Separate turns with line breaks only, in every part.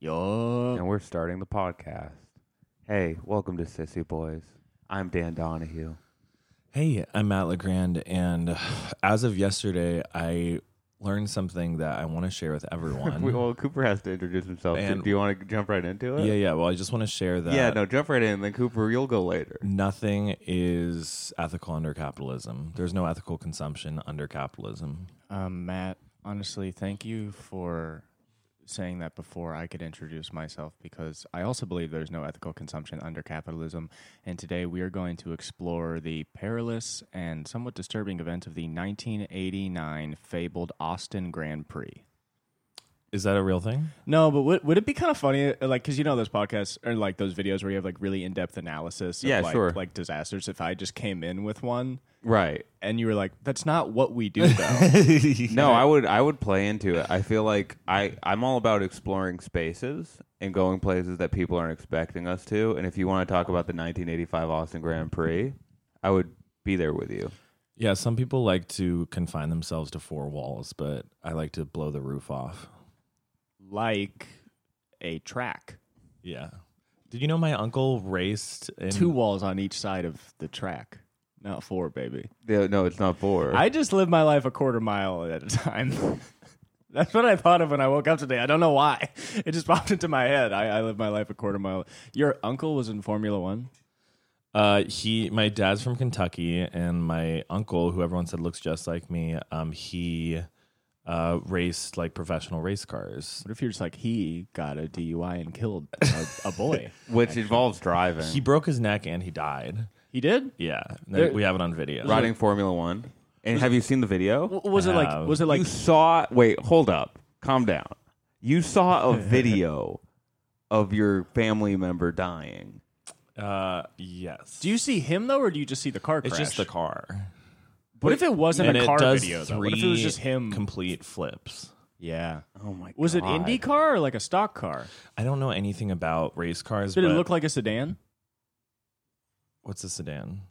Yo.
and we're starting the podcast. Hey, welcome to Sissy Boys. I'm Dan Donahue.
Hey, I'm Matt LeGrand, and as of yesterday, I learned something that I want to share with everyone.
well, Cooper has to introduce himself.
And-
Do you want to jump right into it?
yeah, yeah. Well, I just want to share that
Yeah, no, jump right in. Then Cooper, you'll go later.
nothing is ethical under capitalism. There's no ethical consumption under capitalism.
Um, Matt, honestly, thank you for saying that before I could introduce myself because I also believe there's no ethical consumption under capitalism. And today we are going to explore the perilous and somewhat disturbing event of the 1989 fabled Austin Grand Prix.
Is that a real thing?
No, but would, would it be kind of funny, uh, like, because you know those podcasts or like those videos where you have like really in depth analysis of
Yeah,
like,
sure.
like disasters? If I just came in with one
Right.
and you were like, that's not what we do though.
No, I would I would play into it. I feel like I I'm all about exploring spaces and going places that people aren't expecting us to. And if you want to talk about the 1985 Austin Grand Prix, I would be there with you.
Yeah, some people like to confine themselves to four walls, but I like to blow the roof off.
like a track.
Yeah. Did you know my uncle raced in
Two walls on each side of the track. Not four, baby.
Yeah, No, it's not for.
I just live my life a quarter mile at a time. That's what I thought of when I woke up today. I don't know why. It just popped into my head. I, I live my life a quarter mile. Your uncle was in Formula One.
Uh, he, my dad's from Kentucky, and my uncle, who everyone said looks just like me, um, he uh, raced like professional race cars.
What if you're just like he got a DUI and killed a, a boy?
which involves driving,
He broke his neck and he died.
He did.
Yeah,
There-
we have it on video.
riding Formula One. And have you seen the video?
W- Was it like?
Wow.
Was it like?
you saw wait hold up calm down you saw a video of your family member dying
Uh, yes.
Do you see him though, or do you just see the car crash?
It's just the car.
What if it wasn't
and
a
it
car
does
video?
three
Though? What if it was just him?
complete flips.
yeah.
oh my
Was it
God.
Indy car or like a stock car?
I don't know anything about race cars.
Did it
but
look like a sedan?
what's a sedan?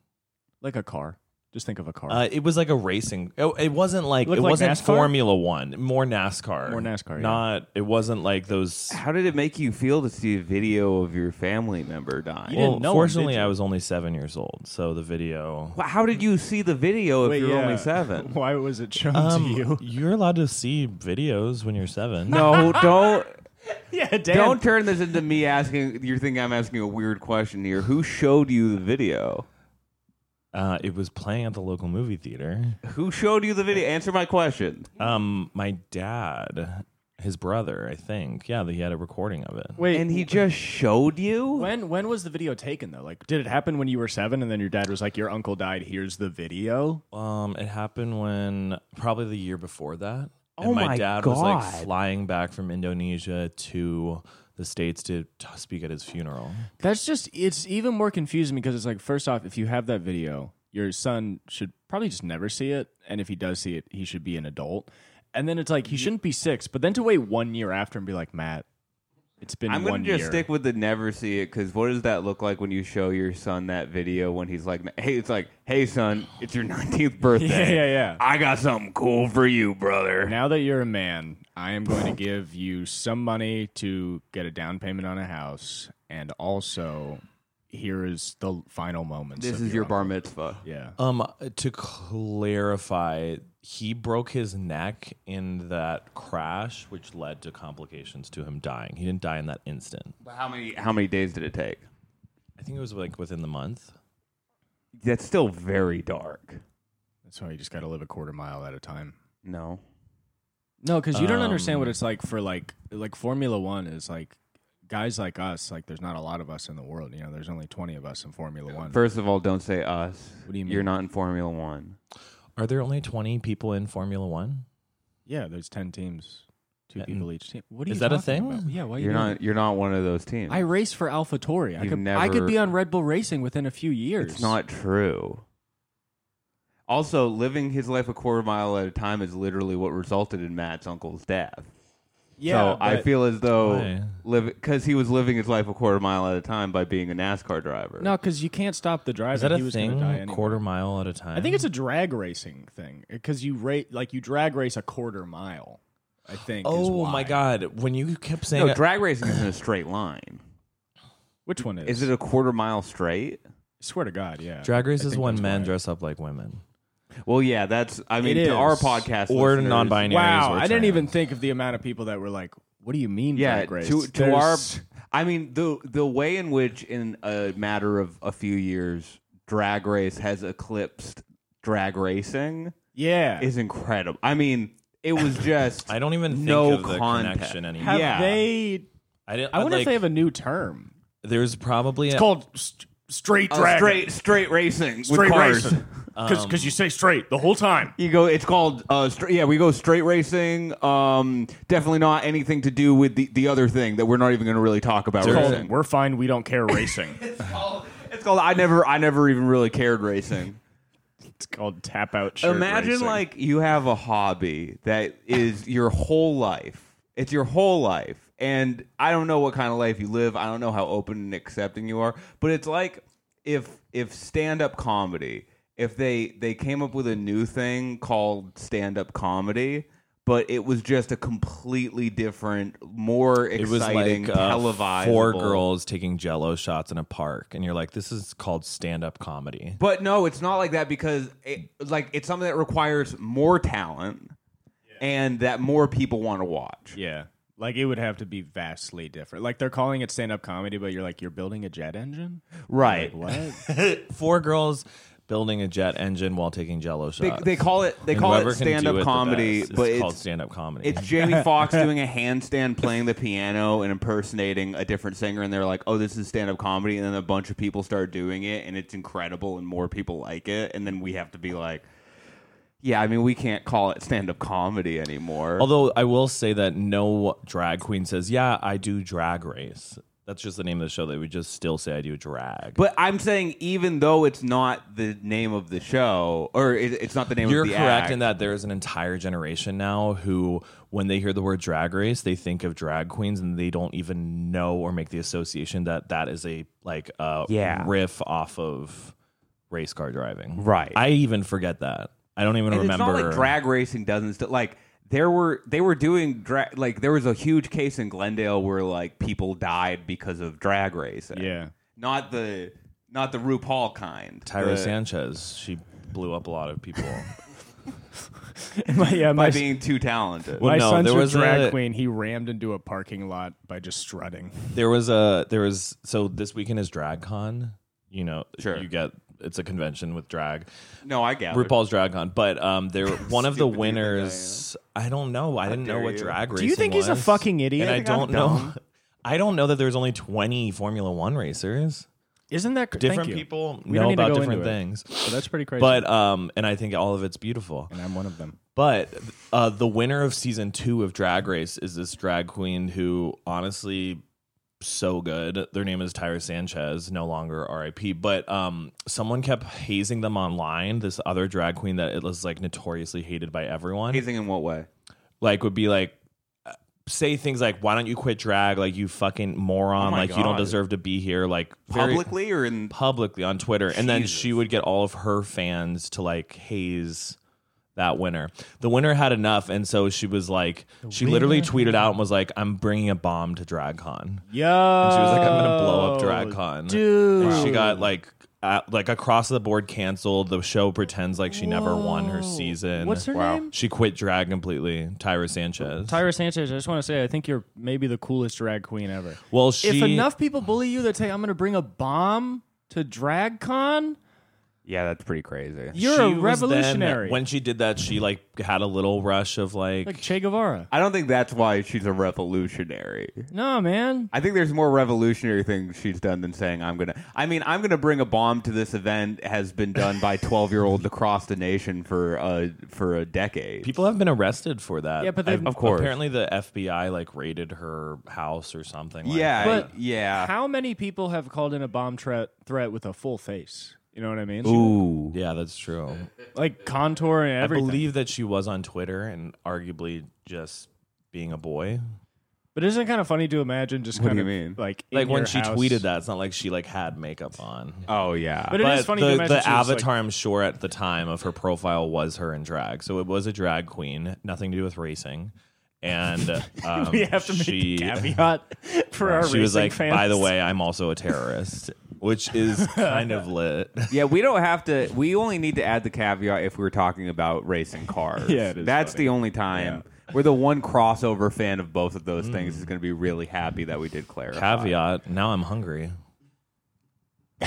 Like a car. Just think of a car.
Uh, it was like a racing. oh, It, it wasn't like
Looked
it
like
wasn't
NASCAR?
Formula One. More NASCAR.
More NASCAR, yeah.
Not. It wasn't like those.
how did it make you feel to see a video of your family member dying
You didn't
well,
know him,
fortunately,
did you?
I was only seven years old, so the video.
Wha- how did you see the video if
Wait,
you're
yeah.
only seven
Why was it shown to
Um,
you?
you're allowed to see videos when you're seven.
no don't
yeah, Dan.
don't turn this into me asking you think i'm asking a weird question here who showed you the video
uh, it was playing at the local movie theater.
who showed you the video answer my question
Um, my dad, his brother, I think. Yeah, he had a recording of it.
Wait,
and he just showed you
when when was the video taken though? Like, did it happen when you were seven, and then your dad was like, "Your uncle died. Here's the video."
Um, it happened when probably the year before that.
Oh
and my,
my
dad was like
God.
flying back from Indonesia to the states to t- speak at his funeral.
That's just it's even more confusing because it's like, first off, if you have that video, your son should probably just never see it, and if he does see it, he should be an adult. And then it's like he shouldn't be six, but then to wait one year after and be like, Matt, it's been
I'm
one
gonna just
year.
stick with the never see it because what does that look like when you show your son that video when he's like, hey, it's like, hey, son, it's your 19th birthday.
yeah, yeah, yeah.
I got something cool for you, brother.
Now that you're a man, I am going to give you some money to get a down payment on a house, and also here is the final moments.
this
of
is your
uncle.
bar mitzvah.
Yeah,
Um, to clarify, he broke his neck in that crash, which led to complications to him dying. He didn't die in that instant.
How many how many days did it take?
I think it was like within the month.
That's still very dark.
that's why you just got to live a quarter mile at a time.
No.
No, because you don't understand what
Um,
it's like for like like Formula One is like guys like us. Like, there's not a lot of us in the world. You know, there's only twenty of us in Formula One.
First of all, don't say us.
What do you mean?
You're not in Formula One.
Are there only twenty people in Formula One?
yeah, there's ten teams, two
And-
mm.
people each team. What are
Is
you
that a
talking
thing?
about? Yeah, why are you
You're
doing
not you're not one of those teams.
I race for AlphaTauri. I
You've
could I could
never-
be on Red Bull Racing within a few years.
It's not true. Also, living his life a quarter mile at a time is literally what resulted in Matt's uncle's death.
Yeah,
so I
but-
feel as though
Why?
because he was living his life a quarter mile at a time by being a NASCAR driver.
no because you can't stop the drive.
Is that
he
a
was gonna
thing?
Die anyway.
Quarter mile at a time.
I think it's a drag racing thing because you rate like you drag race a quarter mile. I think. is
Oh my
why.
god! When you kept saying
No, drag racing isn't a straight line.
Which one is?
Is it a quarter mile straight?
swear to God, yeah.
drag race
I
is
think
when
that's
men
why.
dress up like women
Well, yeah, that's. I mean,
It
to our
is.
podcast
or
listeners-
non-binary.
Wow, I didn't even think of the amount of people that were like, "What do you mean
Yeah,
drag race?"
to to our.
There's-
I mean the the way in which in a matter of a few years, drag race has eclipsed drag racing
yeah.
is incredible. I mean, it was just.
I don't even think
No
of the
context.
connection anymore.
have
yeah.
they?
I, didn't,
I wonder
like,
if they have a new term
There's probably a,
called st- straight
Uh,
drag.
straight straight racing
straight
with cars.
racing. Because you say straight the whole time.
You go. It's called. Uh, straight, yeah, we go straight racing. Um, definitely not anything to do with the, the other thing that we're not even going to really talk about.
It's
Called
racing.
we're fine. We don't care. Racing.
It's called. I never. I never even really cared racing.
it's called tap out. Shirt
Imagine
racing.
like you have a hobby that is your whole life. It's your whole life. And I don't know what kind of life you live. I don't know how open and accepting you are, but it's like if if stand-up comedy, if they they came up with a new thing called stand-up comedy, but it was just a completely different, more
It was
exciting,
like uh,
televised
four girls taking Jello shots in a park, and you're like, "This is called stand-up comedy."
But no, it's not like that because it, like it's something that requires more talent and that more people want to watch.
yeah, like it would have to be vastly different. Like they're calling it stand up comedy, but you're like you're building a jet engine.
Right.
What?
Four girls building a jet engine while taking Jello shots.
They, they call it they
And
call it
whoever can do
stand up
the
comedy,
best is
but
called
it's
stand-up comedy.
it's Jamie Foxx doing a handstand playing the piano and impersonating a different singer and they're like, "Oh, this is stand up comedy." And then a bunch of people start doing it and it's incredible and more people like it and then we have to be like, "Yeah, I mean, we can't call it stand up comedy anymore."
Although I will say that no drag queen says, "Yeah, I do drag race." That's just the name of the show. They would just still say, "I do drag."
But I'm saying, even though it's not the name of the show, or it, it's not the name
You're
of the
correct
act,
in that there is an entire generation now who, when they hear the word drag race, they think of drag queens and they don't even know or make the association that that is a like a
Yeah.
riff off of race car driving.
Right.
I even forget that. I don't even
And
remember.
It's not like drag racing doesn't st- like there were they were doing drag like there was a huge case in Glendale where like people died because of drag racing.
yeah.
not the not the RuPaul kind.
Tyra
The-
Sanchez. She blew up a lot of people.
My, yeah,
by
my,
being too talented.
my
no,
son's
there
a
was
drag
a-
queen. He rammed into a parking lot by just strutting.
there was a there was so this weekend is DragCon. You know,
Sure.
you get it's a convention with drag.
No, I get
RuPaul's Drag Con, but um, there one of the
Stupid
winners. I don't know. I didn't know
dare
what
you.
drag race.
you think he's a fucking idiot?
And I
I think I'm
don't know. I don't know that there's only 20 Formula One racers.
Isn't that cr- thank
Different
you.
people
We don't
know
need to
about
go
different
into it.
things.
So that's pretty crazy.
But um, and I think all of it's beautiful.
and I'm one of them.
But uh, the winner of season two of Drag Race is this drag queen who, honestly, so good. Their name is Tyra Sanchez, no longer RIP. But um, someone kept hazing them online. This other drag queen that it was like notoriously hated by everyone,
Amazing in what way?
like would be like, uh, say things like, "Why don't you quit drag? Like you fucking moron!
Oh my
like you don't
God.
deserve to be here!" Like very-
Publicly or in
publicly on Twitter, and then she would get all of her fans to like haze that winner. The winner had enough, and so she was like, she literally tweeted out and was like, "I'm bringing a bomb to DragCon."
Yo,
And she was like, "I'm gonna blow up DragCon,"
Oh, dude.
And she got like. Uh, like across the board canceled the show pretends like she never won her season
What's her
Wow.
name?
she quit drag completely tyra sanchez
Tyra Sanchez. I just want to say, I think you're maybe the coolest drag queen ever.
well she
if enough people bully you that say, "I'm gonna bring a bomb to DragCon,"
yeah, that's pretty crazy.
you're
she
a
was then-
revolutionary.
when she did that she like had a little rush of like,
like Che Guevara.
I don't think that's why she's a revolutionary.
No, man.
I think there's more revolutionary things she's done than saying I'm gonna. I mean, I'm gonna bring a bomb to this event has been done by 12 year olds across the nation for uh for a decade.
People have been arrested for that.
Yeah, but they've-
I-
Of
course.
Apparently, the FBI like raided her house or something. Like
yeah,
But-
yeah.
How many people have called in a bomb threat threat with a full face? You know what I mean?
Ooh,
that. yeah, that's true.
Like contour and
I
everything.
believe that she was on Twitter and arguably just being a boy.
But isn't it kind of funny to imagine just
What
kind
do
of
you mean?
like in
Like when
your
she
house-
tweeted that, it's not like she like had makeup on.
oh yeah.
But it is
but
funny to
the,
imagine
the
she was, like-
avatar, I'm sure, at the time of her profile was her in drag, so it was a drag queen, nothing to do with racing. and um,
we have to make
she,
a caveat for our
she was
racing
like,
fans.
by the way, I'm also a terrorist, which is kind of lit.
Yeah, we don't have to. We only need to add the caveat if we were talking about racing cars.
Yeah, it is
that's
funny.
the only time we're the one crossover fan of both of those
Mm.
things is going to be really happy that we did clarify.
Caveat. Now I'm hungry.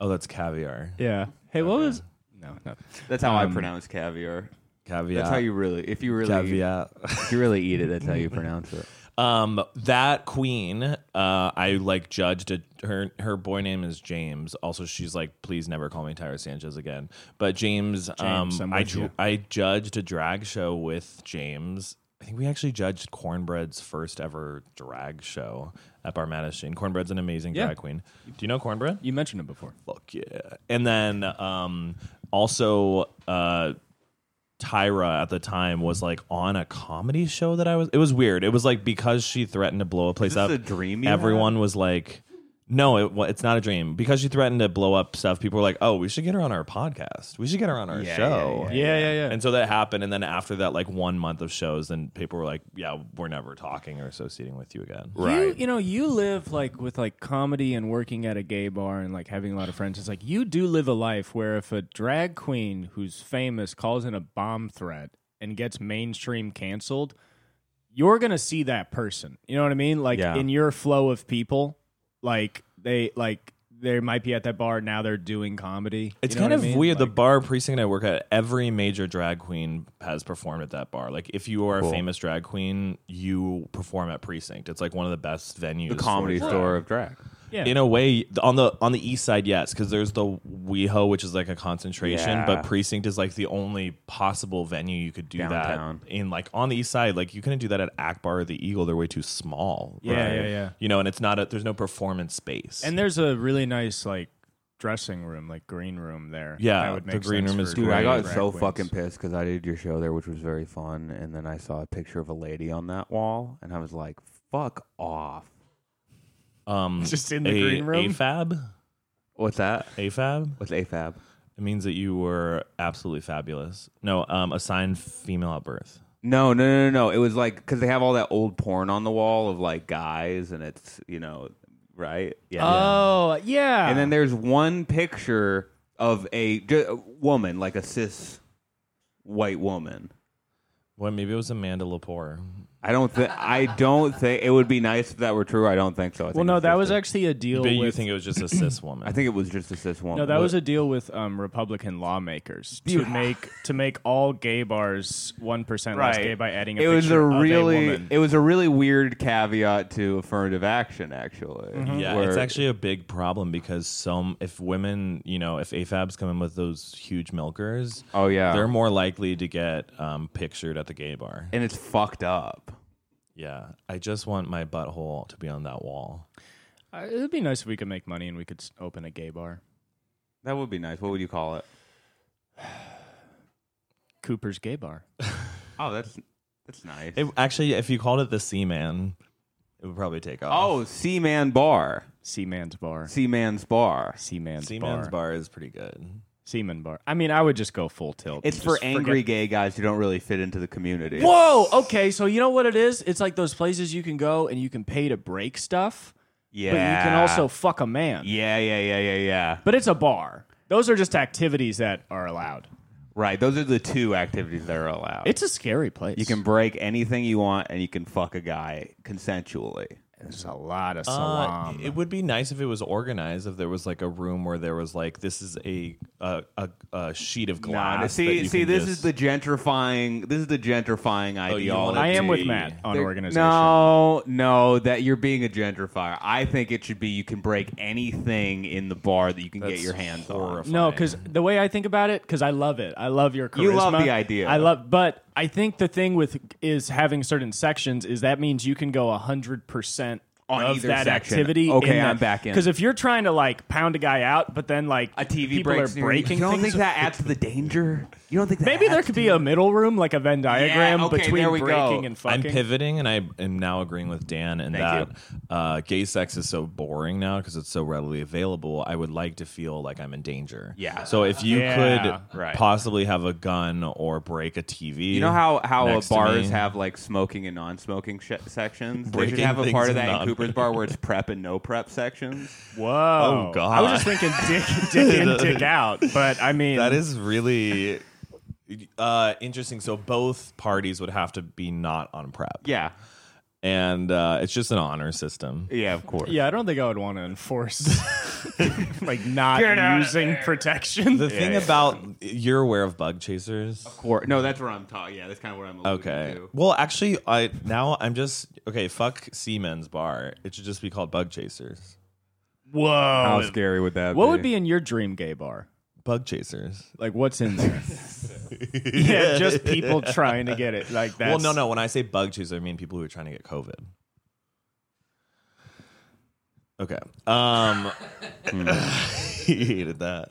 oh, that's caviar.
yeah. Hey, what was? No, no.
That's how I
Um,
pronounce caviar.
Caviar.
That's how you really, if you really,
caviar.
if you really eat it, that's how you pronounce it.
Um, that queen, uh, I like judged it. Her her boy name is James. Also, she's like, please never call me Tyra Sanchez again. But James,
James, I'm
um, I
with you.
ju- I judged a drag show with James. I think we actually judged Cornbread's first ever drag show at Bar Madison. Cornbread's an amazing
Yeah.
drag queen. Do you know Cornbread?
You mentioned it before.
Fuck yeah! And then um, also uh, Tyra at the time was like on a comedy show that I was. It was weird. It was like because she threatened to blow a place
this
up.
a dream you
everyone was like, "No, it, wa- it's not a dream." Because she threatened to blow up stuff, people were like, "Oh, we should get her on our podcast. We should get her on our
Yeah,
show."
yeah,
Yeah, yeah, yeah.
And so that happened, and then after that, like one month of shows, then people were like, "Yeah, we're never talking or associating with you again."
You, you know, you live like with like comedy and working at a gay bar and like having a lot of friends. It's like you do live a life where if a drag queen who's famous calls in a bomb threat and gets mainstream canceled, you're gonna see that person. You know what I mean? Like
Yeah.
in your flow of people, like they like they might be at that bar now. They're doing comedy.
It's
You know
kind
what
of
I mean?
weird. the
Like,
bar precinct I work at, every major drag queen has performed at that bar. Like, if you are a famous drag queen, you perform at precinct. It's like one of the best venues.
The comedy
for-
store of drag.
yeah.
In a way, on the on the east side, yes, because there's the WeHo, which is like a concentration,
Yeah.
but precinct is like the only possible venue you could do
Downtown.
that in. Like on the east side, like you couldn't do that at Akbar or the Eagle; they're way too small.
Yeah,
right?
yeah, yeah.
You know, and it's not a, there's no performance space.
and there's a really nice like dressing room, like green room there.
Yeah,
That would
the
make
green
sense
room is
for
Dude, I got
drag
so
queens.
fucking pissed because I did your show there, which was very fun, and then I saw a picture of a lady on that wall, and I was like, "Fuck off!"
um,
Just in the
a-
green room?
AFAB,
What's that?
AFAB.
What's AFAB?
It means that you were absolutely fabulous. No, um, assigned female at birth.
No, no, no, no, no. It was like because they have all that old porn on the wall of like guys, and it's you know, right? Yeah.
Oh yeah.
and then there's one picture of a, ju- a woman, like a cis white woman.
Well, maybe it was Amanda Lepore.
I don't think. I don't think it would be nice if that were true. I don't think so. I think
well, no,
it's
that
just
was
a-
actually a deal.
But you
with-
think it was just a cis woman?
I think it was just a cis woman.
no, that was a deal with um, Republican lawmakers to
Dude.
make to make all gay bars one percent less
Right.
gay by adding a
it was
picture
a
of
really
woman.
it was a really weird caveat to affirmative action actually
Mm-hmm.
yeah,
where-
it's actually a big problem because some if women, you know, if AFABs come in with those huge milkers,
oh yeah
they're more likely to get um, pictured at the gay bar.
and it's fucked up
Yeah, I just want my butthole to be on that wall.
Uh, it'd be nice if we could make money and we could s- open a gay bar.
that would be nice what would you call it
Cooper's Gay Bar.
oh that's that's nice
It, actually, if you called it the Seaman, it would probably take off.
oh seaman bar
Seaman's Bar.
seaman's bar
Seaman's,
Seaman's
Bar.
bar is pretty good.
Seaman Bar. I mean, I would just go full tilt.
it's
Just
for
forget-
angry gay guys who don't really fit into the community
Whoa. Okay, so you know what it is? It's like those places you can go and you can pay to break stuff,
yeah
but you can also fuck a man.
yeah yeah yeah yeah yeah
But it's a bar. Those are just activities that are allowed.
right those are the two activities that are allowed
It's a scary place.
you can break anything you want and you can fuck a guy consensually
There's a lot of
Uh,
salam.
it would be nice if it was organized. If there was like a room where there was like this is a a, a, a sheet of glass.
Nah,
that
see,
you
see,
can
this
just-
is the gentrifying. This is the gentrifying
you
ideology.
want it
I am with
be-
Matt on
There-
organization.
No, no, that you're being a gentrifier. I think it should be you can break anything in the bar that you can get
That's
your hands on.
horrifying.
No, because the way I think about it, because I love it. I love your charisma.
You love the idea.
I love, but I think the thing with is having certain sections is that means you can go hundred percent
on
of
either
that
section.
activity.
Okay, I'm back in.
Because if you're trying to like pound a guy out, but then like
a TV
people
breaks,
are
and you're-
breaking
You don't
things
think that adds to the danger? You don't think that
Maybe there
adds
could
to
be a middle room, like a Venn diagram
okay,
between
there we
breaking
go.
and
I'm
fucking.
pivoting, and I am now agreeing with Dan in
Thank
that uh, gay sex is so boring now because it's so readily available. I would like to feel like I'm in danger.
Yeah.
So if you
Yeah,
could
right.
possibly have a gun or break a TV,
You know how how uh,
next to
bars
me.
have like smoking and non-smoking sh- sections. They should
Breaking
have a
things
part of
and
that in
non-
Cooper's Bar where it's prep and no prep sections.
Whoa!
Oh, God.
I was just thinking dick, dick in, dick out, but I mean
that is really uh, interesting. So both parties would have to be not on prep,
Yeah,
and uh, it's just an honor system.
yeah, of course.
Yeah, I don't think I would want to enforce like not
Get out of
using protection.
The thing about you're aware of bug chasers.
Cor- no, that's where I'm talking. Yeah, that's kind of where I'm. alluding
Okay.
to.
Well, actually, I now I'm just okay. Fuck Siemens Bar. It should just be called Bug Chasers.
Whoa!
How scary would that?
what would be in your dream gay bar?
Bug Chasers.
Like what's in there? yeah, just people trying to get it like that.
well, no, no. When I say bug chasers, I mean people who are trying to get COVID. Okay. Um, he hated that.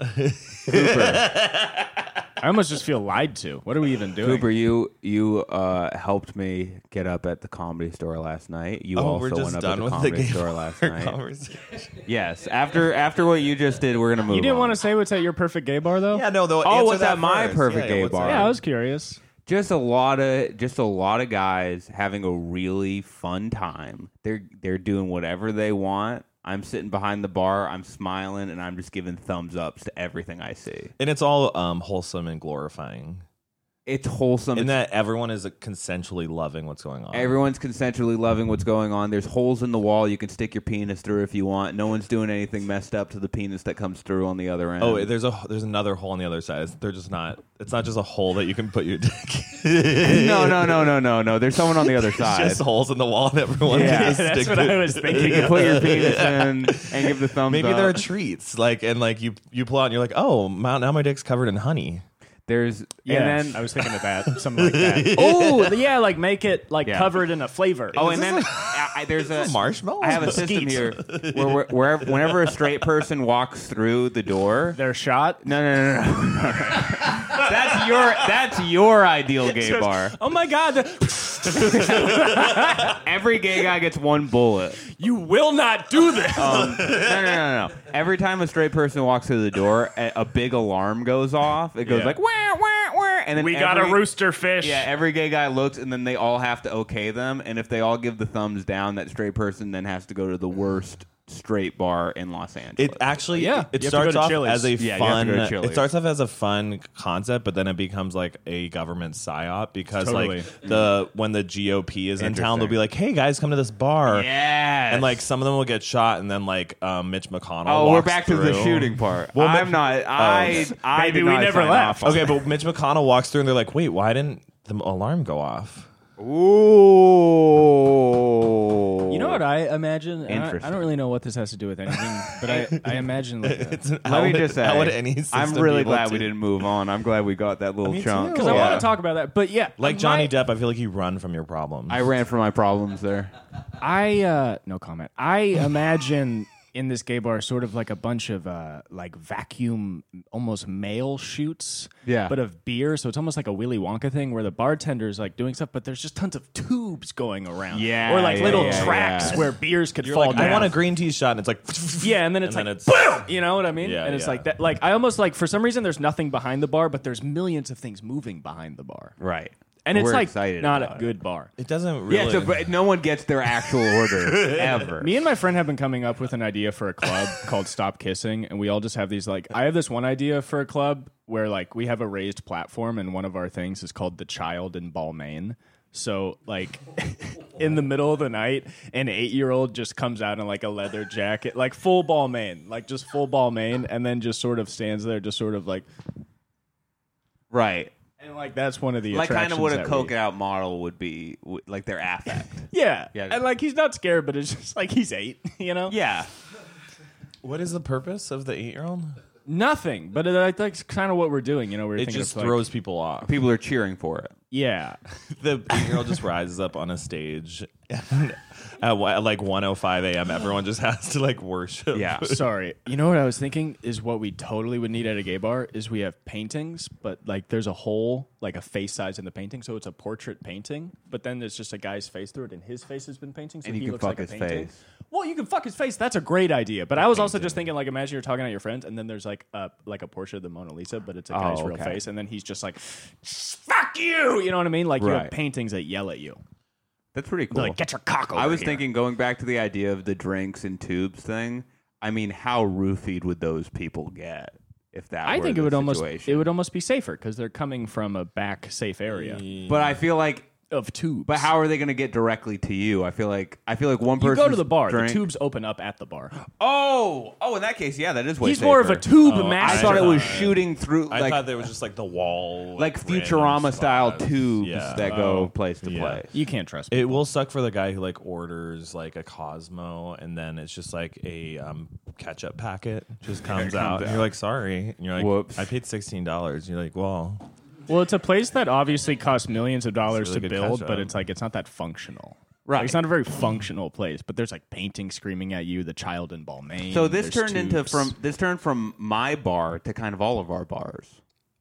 I almost just feel lied to. What are we even doing?
Cooper? You you uh, helped me get up at the comedy store last night. You
oh,
also
we're
went
just
up
done
at the
with the
comedy
game
store last night.
conversation.
Yes, after after what you just did, we're gonna move.
You didn't
on.
want to say what's at your perfect gay bar though.
Yeah, no. Though,
Oh,
answer
was that
that
my
first.
perfect
Yeah,
gay
what's
bar?
that?
Yeah, I was curious.
just a lot of just a lot of guys having a really fun time. They're they're doing whatever they want. I'm sitting behind the bar, I'm smiling and I'm just giving thumbs ups to everything I see.
and it's all um, wholesome and glorifying,
It's wholesome.
in
It's-
that everyone is uh, consensually loving what's going on.
Everyone's consensually loving what's going on. There's holes in the wall you can stick your penis through if you want. No one's doing anything messed up to the penis that comes through on the other end.
Oh, there's a there's another hole on the other side. It's- They're just not. It's not just a hole that you can put your dick. in.
no, no, no, no, no, no. There's someone on the other
It's
side.
just holes in the wall, and everyone
Yeah,
can just
That's
stick
what
their-
I was
you
thinking.
can put your penis in and give the thumbs
Maybe
up.
there are treats, like and like you you pull out and you're like, oh, my, now my dick's covered in honey.
There's
Yeah,
and then
I was thinking of that, something like that. oh, yeah, like make it like
Yeah.
covered in a flavor.
Oh, and then I, I, there's a,
marshmallow?
I have a system here where, where, wherever- whenever a straight person walks through the door.
their shot.
No, no, no, no, no. that's your that's your ideal gay bar.
Oh my God,
Every gay guy gets one bullet.
you will not do this.
No, no, no, no. Every time a straight person walks through the door, a, a big alarm goes off. It goes
Yeah.
like wah wah wah, and then
we got a
every-
rooster fish.
Yeah, every gay guy looks, and then they all have to okay them. And if they all give the thumbs down, that straight person then has to go to the worst straight bar in Los Angeles.
It actually,
Yeah,
yeah, it
you have to go
starts
to
off
Chili's.
as a
Yeah, you have
fun.
to go to Chili's.
It starts off as a fun concept, but then it becomes like a government psyop because
Totally.
like the when the GOP is in town, they'll be like, hey guys, come to this bar.
yeah,
And like some of them will get shot, and then like um, Mitch McConnell.
Oh, we're
walks
back to the
through.
shooting part.
Well,
I'm
ma-
not. I,
okay.
I
Maybe
did
we
not
never
sign
left.
off on
Okay, but Mitch McConnell walks through and they're like, wait, why didn't the alarm go off?
it. Ooh.
You know what I imagine? I don't, I
Interesting.
don't really know what this has to do with anything, but I, I imagine like
It's
because
an,
Let
how
me
would-
just say,
how would any
I'm
system be
really
able
glad
to-
we didn't move on. I'm glad we got that little
Me
chunk.
too. 'Cause
I
Yeah.
want to talk about that. But yeah,
Like Johnny
my-
Depp, I feel like you run from your problems.
I ran for my problems there.
I uh, no comment. I imagine in this gay bar sort of like a bunch of uh, like vacuum, almost mail shoots,
Yeah.
but of beer. So it's almost like a Willy Wonka thing where the bartender's like doing stuff, but there's just tons of tubes going around,
Yeah,
or like
yeah,
little
yeah,
tracks
yeah.
where beers could
You're
fall
like,
down.
I want a green tea shot, and it's like,
Yeah, and then it's
And
like
then it's-
boom. You know what I mean?
Yeah,
and it's
yeah.
like that. Like I almost like for some reason there's nothing behind the bar, but there's millions of things moving behind the bar,
Right.
and it's
We're
like
excited
not
about
a good bar.
It doesn't
Yeah,
really.
so, but no one gets their actual order ever.
Me and my friend have been coming up with an idea for a club called Stop Kissing, and we all just have these like. I have this one idea for a club where like we have a raised platform, and one of our things is called the Child in Balmain. So like, in the middle of the night, an eight-year-old just comes out in like a leather jacket, like full Balmain, like just full Balmain, and then just sort of stands there, just sort of like,
Right.
and like that's one of the
Like kind
attractions
of what a
that we-
coke out model would be, w- like their affect.
Yeah.
Yeah.
and like he's not scared, but it's just like he's eight, you know?
yeah.
what is the purpose of the eight-year-old?
Nothing, but it, like, that's kind of what we're doing. You know, we're
It
thinking
just
of, like-
throws people off.
People are cheering for it.
Yeah,
The eight-year-old just rises up on a stage, and at, wa- at like 105 a.m. Everyone just has to like worship.
Yeah.
Sorry. You know what I was thinking is what we totally would need at a gay bar is we have paintings, but like there's a hole, like a face size in the painting, so it's a portrait painting, but then there's just a guy's face through it and his face has been painting, so
And you
he
can
looks like
fuck
a
his
painting.
face.
Well, you can fuck his face. That's a great idea. But I was also just thinking like imagine you're talking at your friends and then there's like a like a portrait of the Mona Lisa, but it's a guy's real
Oh, okay.
face and then he's just like fuck you. You know what I mean? Like you have
Right.
paintings that yell at you.
That's pretty cool.
They're like get your cock over
I was
here."
thinking, going back to the idea of the drinks and tubes thing. I mean, how roofied would those people get if that?
I
were
think it
the
would almost
situation?
it would almost be safer cuz they're coming from a back safe area.
But I feel like,
of tubes.
but how are they going to get directly to you? I feel like, I feel like one
you
person
go to the bar?
Drink,
The tubes open up at the bar.
Oh, oh, in that case, yeah, that is way.
He's more of
safer.
a tube
Oh, I
I
master.
thought it was
Right.
shooting through,
I
like
thought there was just like the wall,
like
random
Futurama style
spots.
tubes
Yeah. Oh,
that go place to
yeah.
place.
you can't trust me.
It will suck for the guy who like orders like a Cosmo and then it's just like a um, ketchup packet just comes, out. And you're like, sorry. And you're like,
Whoops.
I paid sixteen dollars. You're like, well,
Well, it's a place that obviously costs millions of dollars
really
to
good
build,
catch-up.
but it's like it's not that functional.
Right.
it's not a very functional place. But there's like painting screaming at you. The child in Balmain.
So this
there's
turned into
tubes.
from this turned from my bar to kind of all of our bars.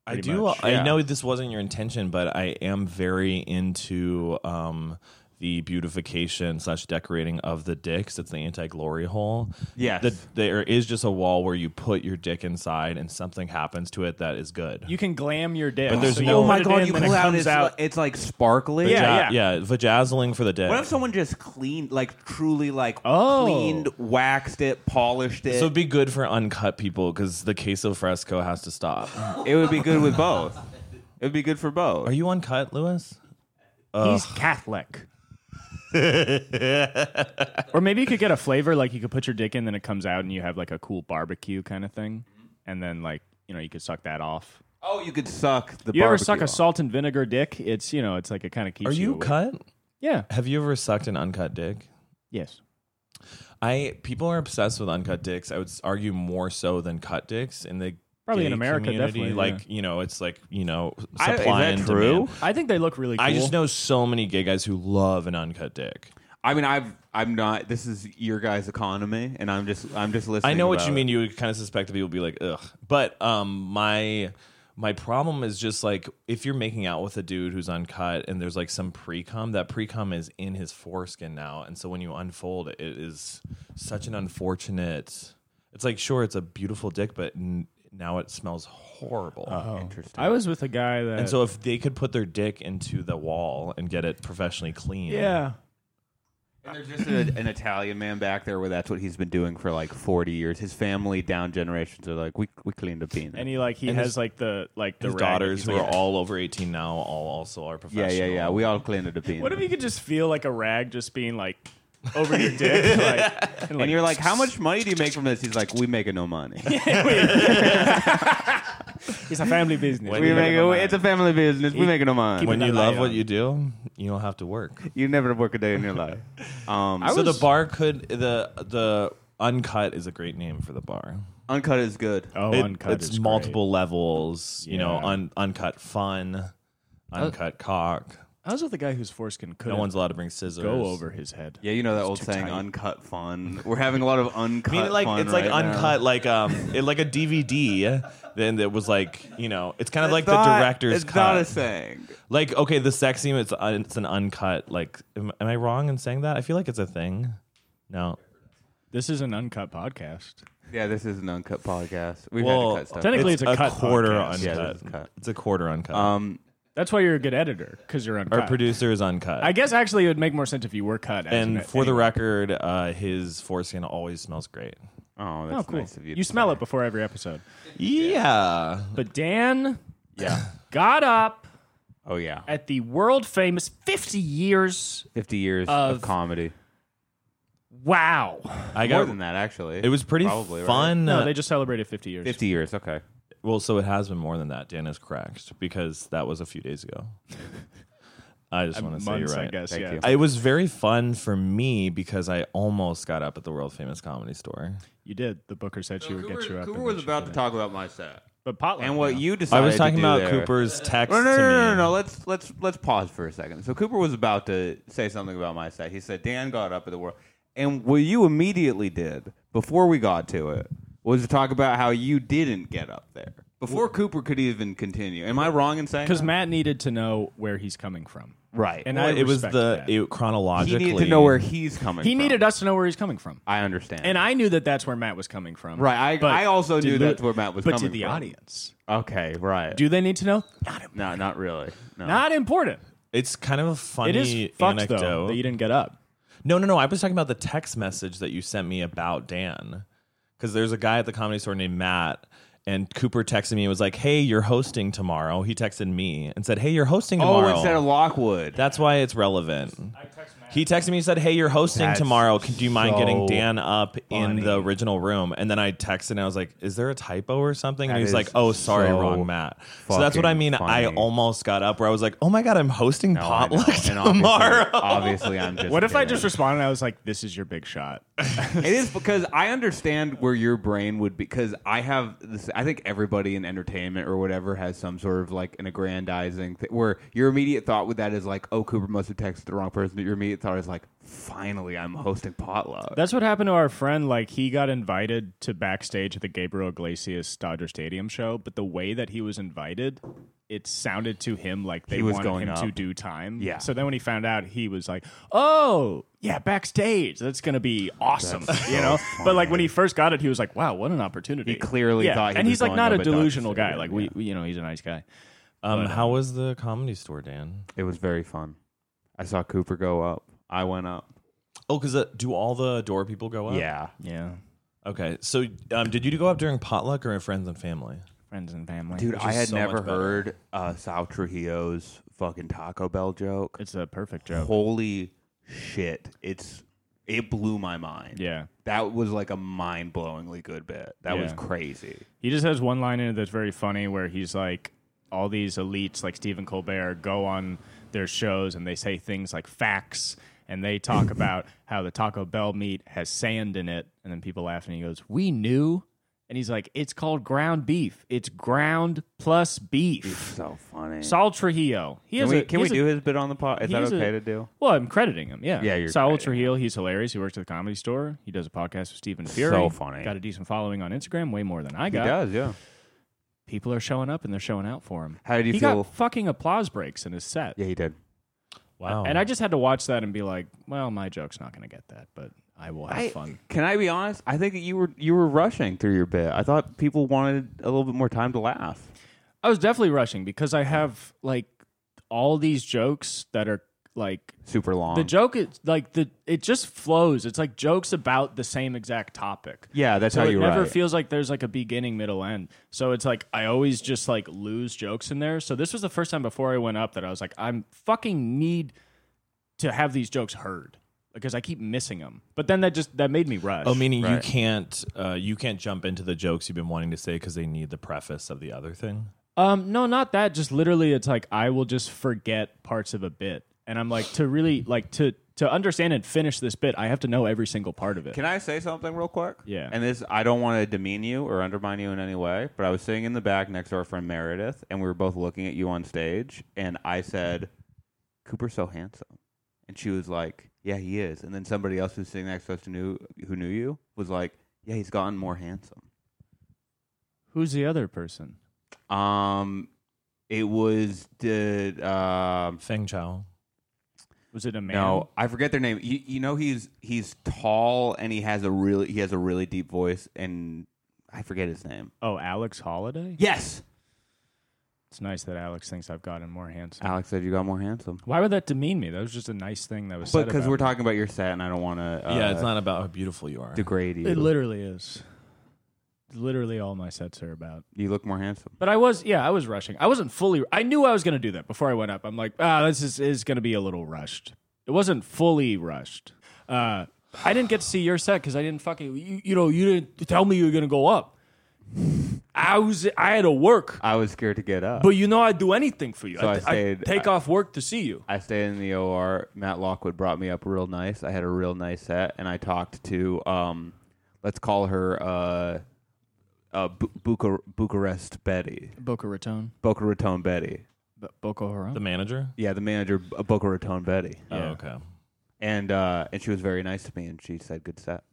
I do.
much,
I
yeah.
know this wasn't your intention, but I am very into um, the beautification slash decorating of the dicks. It's the anti glory hole.
Yes.
The, there is just a wall where you put your dick inside, and something happens to it that is good.
you can glam your dick. But
there's
so
no-
you
Oh my
put it in, then it comes
it's,
out.
Like, it's like sparkly.
Yeah.
yeah, yeah, vajazzling for the dick.
What if someone just cleaned, like truly, like
Oh.
cleaned, waxed it, polished it?
so it'd be good for uncut people because the queso fresco has to stop.
it would be good with both. It would be good for both.
Are you uncut, Lewis?
He's Catholic. or maybe you could get a flavor like you could put your dick in, then it comes out, and you have like a cool barbecue kind of thing, and then like you know you could suck that off.
oh, you could suck the.
You ever suck
barbecue
a
off.
salt and vinegar dick? It's you know it's like it kind of keeps.
Are you
awake.
cut?
Yeah.
Have you ever sucked an uncut dick?
Yes.
I people are obsessed with uncut dicks. I would s- argue more so than cut dicks in the
Probably
gay
in America,
community.
definitely,
Like you know, it's like you know,
I- is
supply
that
and
true?
demand.
I think they look really. cool.
I just know so many gay guys who love an uncut dick.
I mean, I've I'm not. This is your guys' economy, and I'm just I'm just listening.
I know what
about
you
it.
mean. You would kind of suspect that people would be like, ugh. But um, my my problem is just like if you're making out with a dude who's uncut and there's like some pre cum, that pre cum is in his foreskin now, and so when you unfold it, it is such an unfortunate. It's like sure, it's a beautiful dick, but n- now it smells horrible.
I was with a guy that.
And so if they could put their dick into the wall and get it professionally clean,
yeah.
And there's just a, an Italian man back there where that's what he's been doing for like 40 years. His family down generations are like, we we cleaned a penis.
And he like he
And
has
his-
like the like the
His
rag.
daughters
He's
who
like,
are all over eighteen now all also are
yeah,
professional.
yeah, yeah. We all cleaned a penis.
What if you could just feel like a rag just being like over your dick, like,
and you're like, how much money do you make from this? He's like, we make no money.
it's a family business.
we make it, it's a family business. We make no money.
keep
When
that
you love
light
what
on.
you do, you don't have to work.
you never work a day in your life. Um,
so the bar could the the uncut is a great name for the bar.
uncut is good.
oh,
It-
uncut.
it's
is great.
multiple levels. You know,
Yeah.
un, uncut fun,
Uh,
uncut cock.
I was with a guy whose foreskin couldn't
No one's allowed to bring scissors.
go over his head.
Yeah, you know that old saying, uncut fun. We're having a lot of uncut
I mean, like
fun
it's like
right now.
uncut, like um, it, like a DVD. Then it was like you know, it's kind of like
It's not-
the director's
It's
cut.
not a saying.
Like okay, the sex scene it's un, it's an uncut. Like, am, am I wrong in saying that? I feel like it's a thing. No,
This is an uncut podcast.
Yeah, this is an uncut podcast. We've had
well,
to cut stuff.
technically it's a cut
quarter
podcast.
uncut.
Yeah, it is cut.
It's a quarter uncut.
um,
That's why you're a good editor because you're uncut.
Our producer is uncut.
I guess actually it would make more sense if you were cut. as an-
and for the
anyway.
record, uh, his foreskin always smells great.
oh, that's
oh, cool.
nice of you.
you smell it before every episode.
Yeah.
But Dan
Yeah.
got up
Oh yeah.
at the world famous 50 years.
50 years
Of-
of, comedy.
Wow.
I
More
got
than that, actually.
it was pretty
Probably, right?
fun. uh,
No, they just celebrated 50 years.
50 years. Okay.
well, so it has been more than that. Dan is correct because that was a few days ago. I just want to say you're
Months,
right.
I guess.
Thank
yeah.
you.
It was very fun for me because I almost got up at the world famous comedy store.
You did. The booker said she would get you up. and then she
about to talk about my set.
But Potluck.
and what
now.
you decided.
I was
to
talking
do
about
there-
Cooper's text.
No, no,
to
no, no,
me.
no, no. Let's let's let's pause for a second. So Cooper was about to say something about my site. He said Dan got up at the world, and what you immediately did before we got to it was to talk about how you didn't get up there before Cooper could even continue. Am I wrong in saying?
Because
that?
Matt needed to know where he's coming from.
right,
And
Well,
I
it was
respect
the
that.
it,
he
chronologically.
needed to know where he's coming.
He
from.
needed us to know where he's coming from.
I understand.
And I knew that that's where Matt was coming from.
Right, I-
But
I also knew
did
that's where Matt was
but
coming
to the
from.
audience.
okay, right.
Do they need to know? Not, im-
no, not really. No.
not important.
It's kind of a funny
It is fucked,
anecdote.
though, that you didn't get up.
No, no, no. I was talking about the text message that you sent me about Dan. Because there's a guy at the comedy store named Matt, and Cooper texted me and was like, Hey, you're hosting tomorrow. He texted me and said, Hey, you're hosting
oh,
tomorrow.
instead of Lockwood.
That's why it's relevant. He texted me and said, Hey, you're hosting
That's
tomorrow. Could do you mind
so
getting Dan up in the
funny.
original room? And then I texted and I was like, Is there a typo or something?
That
and he was
is
like, Oh, sorry,
so
wrong Matt. So that's what I
fucking
mean. I
funny.
almost got up where I was like, Oh my God, I'm hosting
No, I know.
potluck
And obviously-
tomorrow.
Obviously, I'm just.
What if I
kidding.
just responded and I was like, this is your big shot?
It is because I understand where your brain would be because I have this. I think everybody in entertainment or whatever has some sort of like an aggrandizing thing where your immediate thought with that is like, oh, Cooper must have texted the wrong person. Your immediate thought is like, finally, I'm hosting potluck.
That's what happened to our friend. Like, he got invited to backstage at the Gabriel Iglesias Dodger Stadium show, but the way that he was invited, it sounded to him like they
He was
wanted
going
him
up.
to do time.
Yeah.
So then when he found out, he was like, oh, yeah, backstage. That's going to be awesome. you know? But, like, when he first got it, he was like, wow, what an opportunity.
He clearly
Yeah.
thought he
And
was
he's like
going
not
up
a
at Dodger
delusional guy.
Stadium,
Like,
yeah.
we, we, you know, he's a nice guy.
Um, how was the comedy store, Dan?
It was very fun. I saw Cooper go up. I went up.
Oh, because uh, do all the door people go up?
Yeah.
Yeah.
Okay. So, um, did you go up during potluck or in friends and family?
Friends and family.
Dude, I
is
had
so much
never
better.
heard uh, Sal Trujillo's fucking Taco Bell joke.
it's a perfect joke.
Holy shit. It's. It blew my mind.
yeah.
That was like a mind blowingly good bit. That was
Yeah.
crazy.
He just has one line in it that's very funny where he's like, all these elites like Stephen Colbert go on their shows and they say things like facts and they talk about how the Taco Bell meat has sand in it. And then people laugh and he goes, We knew. And he's like, It's called ground beef. It's ground plus beef.
So funny.
Sal Trujillo. He
can
is
we,
a-
can
he
we
is a-
do his bit on the pod? Is
he
that
is a-
okay to do?
Well, I'm crediting him. Yeah,
Yeah, you're
Saul
crediting
Trujillo. He's hilarious. He works at the Comedy Store. He does a podcast with Stephen Fury.
funny.
Got a decent following on Instagram, way more than I
He
got.
does, yeah.
People are showing up and they're showing out for him.
How did you
he
feel?
got fucking applause breaks in his set,
yeah, he did.
Wow.
and I just had to watch that and be like, "Well, my joke's not going to get that, but I will have
I-
fun."
Can I be honest? I think that you were you were rushing through your bit. I thought people wanted a little bit more time to laugh.
I was definitely rushing because I have like all these jokes that are like
Super long.
the joke is like the it just flows. It's like jokes about the same exact topic.
yeah, that's
so
how
it
you
never
write.
feels like there's like a beginning middle end so it's like i always just like lose jokes in there so this was the first time before i went up that i was like i'm fucking need to have these jokes heard because i keep missing them but then that just that made me rush
Oh, meaning you can't uh, you can't jump into the jokes you've been wanting to say because they need the preface of the other thing.
um no not that just literally it's like i will just forget parts of a bit and i'm like to really like to to understand and finish this bit i have to know every single part of it
Can I say something real quick?
Yeah.
And this, I don't want to demean you or undermine you in any way, but I was sitting in the back next to our friend Meredith, and we were both looking at you on stage, and I said, "Cooper's so handsome," and she was like, "Yeah, he is." And then somebody else who's sitting next to us who knew who knew you was like, "Yeah, he's gotten more handsome."
who's the other person
Um, it was the um.
Feng Chao.
was it a man
No, I forget their name. You, you know he's he's tall and he has a really he has a really deep voice and I forget his name.
oh alex holiday
Yes,
it's nice that alex thinks i've gotten more handsome
Alex said you got more handsome.
Why would that demean me? That was just a nice thing that was
But
said.
because
about
we're
me.
talking about your set, and I don't want to. Uh,
yeah, it's not about how beautiful you are.
degrade you.
it literally is. Literally, all my sets are about.
you look more handsome.
But I was, yeah, I was rushing. I wasn't fully. I knew I was going to do that before I went up. I'm like, ah, this is, is going to be a little rushed. It wasn't fully rushed. Uh, I didn't get to see your set because I didn't fucking. You, you know, you didn't tell me you were going to go up. I was. I had to work,
I was scared to get up.
but you know, I'd do anything for you.
So I
I'd- I'd
stayed-
take
I-
off work to see you.
I stayed in the OR. Matt Lockwood brought me up real nice. I had a real nice set, and I talked to um, let's call her uh, uh, Bu- Buca- Bucharest Betty,
Boca Raton,
Boca Raton Betty.
B- Boca Raton.
The manager?
Yeah, the manager of Boca Raton Betty,
Yeah.
Oh, okay.
and uh, and she was very nice to me, and she said, "Good set."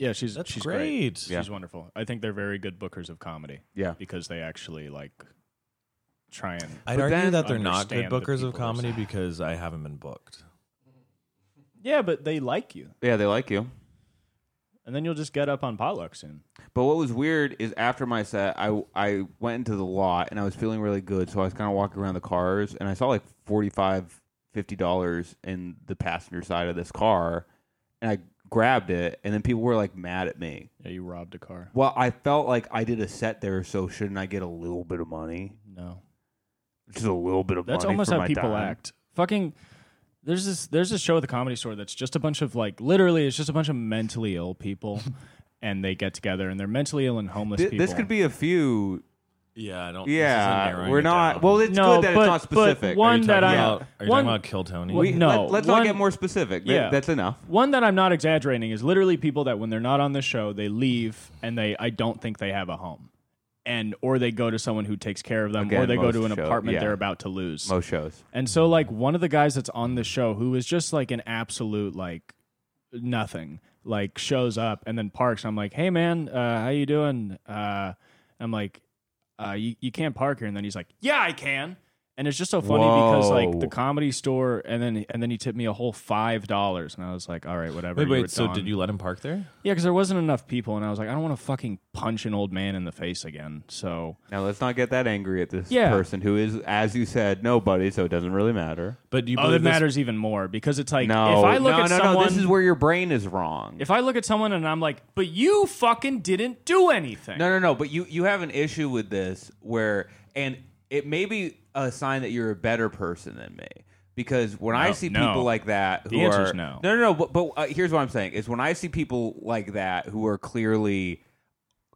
yeah, she's
That's
she's
great.
great.
Yeah.
She's wonderful. I think they're very good bookers of comedy
Yeah,
because they actually like try and
I'd
But
argue
then
that they're not good
understand the
bookers of
people
comedy
who's-
because I haven't been booked.
yeah, but they like you,
yeah, they like you.
and then you'll just get up on potluck soon.
But what was weird is after my set, I I went into the lot and I was feeling really good, so I was kind of walking around the cars and I saw like 45 50 dollars in the passenger side of this car, and I grabbed it, and then people were like mad at me.
Yeah, you robbed a car.
Well, I felt like I did a set there, so shouldn't I get a little bit of money?
No,
Just a little bit of
that's
money.
almost
for
how
my
people
dime.
act. Fucking. There's this there's this show at the comedy store that's just a bunch of like literally it's just a bunch of mentally ill people, and they get together and they're mentally ill and homeless
Th-
people.
this could be a few.
Yeah, I don't. this isn't
Yeah,
narrowing
we're
it
not.
down.
Well, it's
no,
good that
but,
it's not specific.
but
Are
one
you
that
talking
I
about-
About- are you
one,
talking about Kill Tony?
Well, no.
Let, us
one-
not get more specific. That-
Yeah.
that's enough.
One that I'm not exaggerating is literally people that when they're not on the show, they leave and they I don't think they have a home. And or they go to someone who takes care of them,
Again,
or they go
most
to an
show-
apartment
yeah.
they're about to lose.
Most shows.
And so like one of the guys that's on the show who is just like an absolute like nothing, like shows up and then parks. I'm like, hey man, uh, how you doing? Uh, I'm like, uh, you, you can't park here. And then he's like, yeah, I can. And it's just so funny because like
Whoa.
the comedy store and then and then he tipped me a whole five dollars and I was like, all right, whatever.
Wait,
you were
wait. So
done."
did you let him park there?
Yeah, because there wasn't enough people and I was like, I don't want to fucking punch an old man in the face again. So
Now let's not get that angry at this
Yeah.
person who is, as you said, nobody, so it doesn't really matter.
But do you
Oh, that
believe this-
matters even more because it's like
No,
if I look
no,
at
no,
someone
no. This is where your brain is wrong.
If I look at someone and I'm like, but you fucking didn't do anything.
no, no, no. But you you have an issue with this where, and it may be a sign that you're a better person than me. Because when I
No,
see
no.
people like that, who
The answer's
are
no.
no, no, no. But, but uh, here's what I'm saying: is when I see people like that who are clearly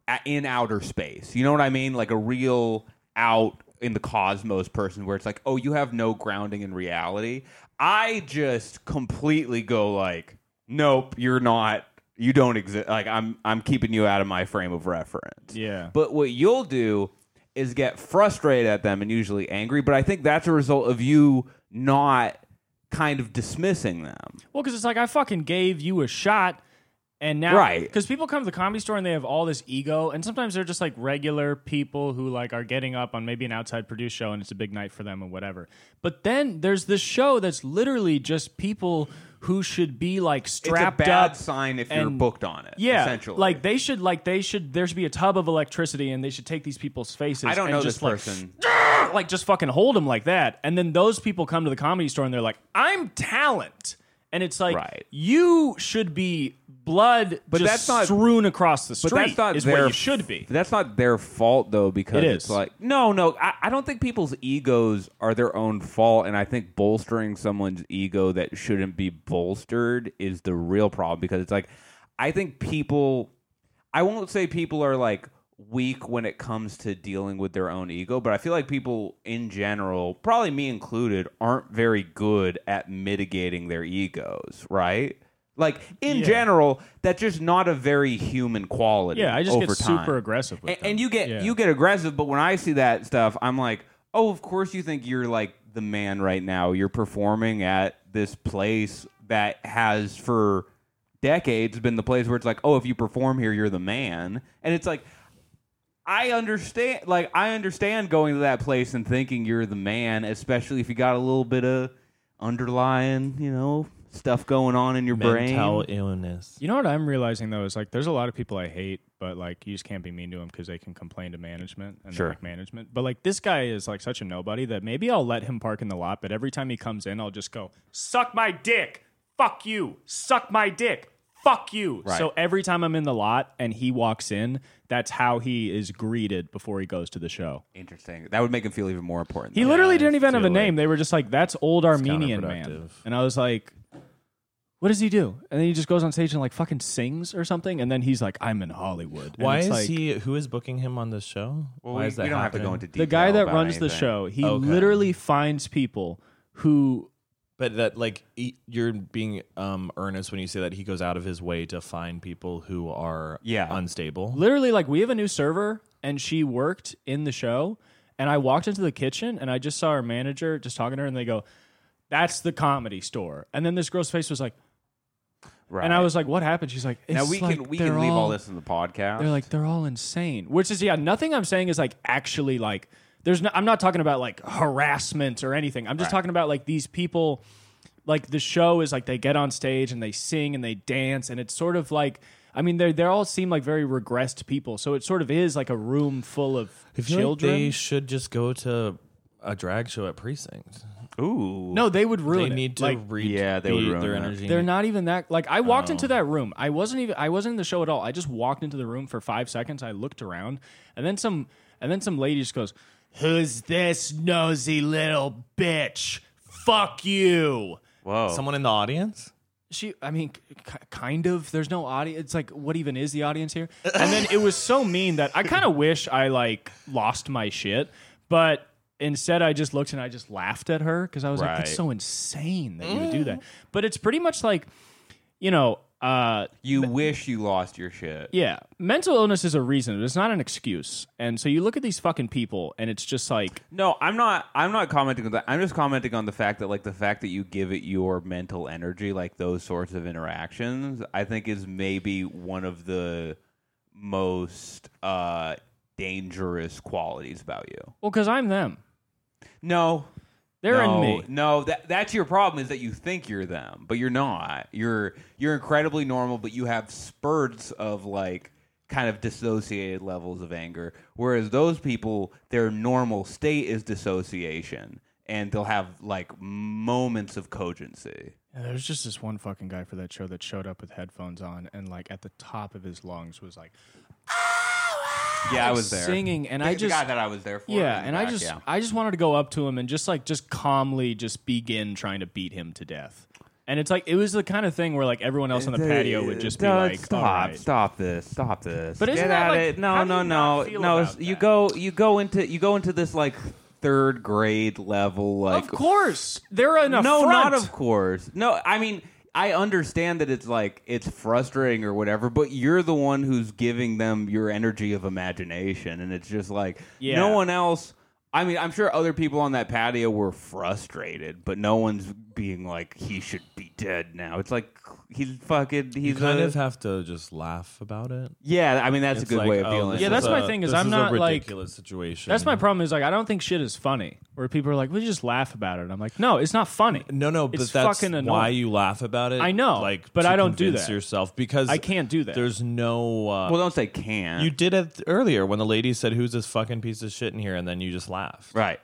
a- in outer space. You know what I mean? Like a real out in the cosmos person where it's like, oh, you have no grounding in reality. I just completely go like, nope, you're not. You don't exist. Like I'm, I'm keeping you out of my frame of reference.
Yeah.
But what you'll do is get frustrated at them and usually angry. But I think that's a result of you not kind of dismissing them.
Well, because it's like I fucking gave you a shot, and now
Right.
Because people come to the comedy store and they have all this ego, and sometimes they're just like regular people who like are getting up on maybe an outside produced show, and it's a big night for them and whatever. But then there's this show that's literally just people who should be like strapped
it's a bad
up.
sign if you're
and-
booked on it.
yeah,
essentially.
like they should, like they should. There should be a tub of electricity, and they should take these people's faces.
I don't
and
know
just
this
like,
person.
like just fucking hold them like that. And then those people come to the comedy store and they're like, I'm talent. And it's like
Right.
you should be blood but just
that's not-
strewn across the street
But that's not
is
their
where you should be.
That's not their fault though,
It
because it's
is.
like no, no. I, I don't think people's egos are their own fault, and I think bolstering someone's ego that shouldn't be bolstered is the real problem because it's like I think people. I won't say people are like weak when it comes to dealing with their own ego, but I feel like people in general, probably me included, aren't very good at mitigating their egos, right? Like in
Yeah.
general, that's just not a very human quality.
Yeah, I just
over
get
time.
super aggressive with
And,
them.
and you get
Yeah.
you get aggressive, but when I see that stuff, I'm like, oh, of course you think you're like the man right now. You're performing at this place that has for decades been the place where it's like, oh, if you perform here, you're the man. And it's like, I understand. Like I understand going to that place and thinking you're the man, especially if you got a little bit of underlying, you know, stuff going on in your
mental
brain.
illness?
You know what I'm realizing though is like there's a lot of people I hate, but like you just can't be mean to them because they can complain to management and they
Sure.
like management. But like this guy is like such a nobody that maybe I'll let him park in the lot, but every time he comes in, I'll just go suck my dick, fuck you, suck my dick, fuck you. So every time I'm in the lot and he walks in, that's how he is greeted before he goes to the show.
Interesting. That would make him feel even more important.
He
though.
literally didn't even have a
too late.
name. They were just like, "That's old Armenian man,"
counterproductive.
and I was like, "What does he do?" And then he just goes on stage and like fucking sings or something, and then he's like, "I'm in Hollywood." And
Why
it's
is
like-
he? Who is booking him on this show?
Well,
Why
we,
is that
we don't
happening?
have to go into detail
the guy that
about
runs the
anything.
show? He
Okay.
literally finds people who
But that, like, e- you're being um, earnest when you say that he goes out of his way to find people who are
Yeah.
unstable.
literally like we have a new server and she worked in the show. And I walked into the kitchen and I just saw her manager just talking to her, and they go, "That's the comedy store." And then this girl's face was like,
Right.
and I was like, "What happened?" She's like, it's
now we
like
can we
they're
can leave all,
all
this in the podcast.
They're like they're all insane. Which is yeah, nothing I'm saying is like actually like there's no, I'm not talking about like harassment or anything. I'm just talking about like these people like the show is like they get on stage and they sing and they dance and it's sort of like I mean they they all seem like very regressed people. So it sort of is like a room full of children.
they should just go to a drag show at precinct.
ooh,
no, they would ruin
They
it.
need to
Like,
read.
Yeah, they would ruin
their
that.
energy.
They're not even that like I walked into that room. I wasn't even I wasn't in the show at all. I just walked into the room for five seconds. I looked around and then some and then some lady just goes, Who's this nosy little bitch? Fuck you.
whoa,
Someone in the audience.
She, I mean, k- k- kind of. There's no audience. It's like, what even is the audience here? And then it was so mean that I kind of wish I like lost my shit, but instead I just looked and I just laughed at her because I was like,
Right.
that's so insane that you would do that. But it's pretty much like, you know, uh,
you wish you lost your shit.
yeah, mental illness is a reason. It's not an excuse. And so you look at these fucking people, and it's just like,
No, I'm not. I'm not commenting on that. I'm just commenting on the fact that, like, the fact that you give it your mental energy, like those sorts of interactions, I think is maybe one of the most uh, dangerous qualities about you.
well, because I'm them.
No,
They're
no,
in me.
No, that that's your problem is that you think you're them, but you're not. You're you're incredibly normal, but you have spurts of like kind of dissociated levels of anger. Whereas those people, their normal state is dissociation, and they'll have like moments of cogency.
And there was just this one fucking guy for that show that showed up with headphones on and like at the top of his lungs was like
Yeah, I was there
singing and
The,
I
the
just
guy that I was there for.
yeah,
in the
and I
back,
just
yeah.
I just wanted to go up to him and just like just calmly just begin trying to beat him to death. And it's like it was the kind of thing where like everyone else on the patio would just be
Don't
like,
stop,
"All right."
stop this, stop this.
But isn't
Get
that,
at
like,
it.
how
No,
do you
no, no,
not feel
no.
about
You
that?
go, you go into, you go into this like third grade level, like
Of course, they're an
no,
affront.
not of course. No, I mean, I understand that it's like it's frustrating or whatever, but you're the one who's giving them your energy of imagination, and it's just like
Yeah.
no one else. I mean, I'm sure other people on that patio were frustrated, but no one's being like he should be dead now. It's like he's fucking. He's
You kind
a-
of have to just laugh about it.
yeah, I mean that's a
It's
good
like,
way of
oh,
dealing.
this
with
Yeah,
it.
that's
is
my
a-
thing is
this
I'm
a
not, like-
ridiculous situation.
That's my problem. Is like I don't think shit is funny. Where people are like, "We just laugh about it." I'm like, "No, it's not funny."
No, no, but
It's
that's
fucking annoying.
why you laugh about it.
I know,
like,
but
to
I don't do
convince
that.
yourself because
I can't do that.
There's no. Uh,
well, don't say can.
you did it earlier when the lady said, "Who's this fucking piece of shit in here?" and then you just laughed.
right.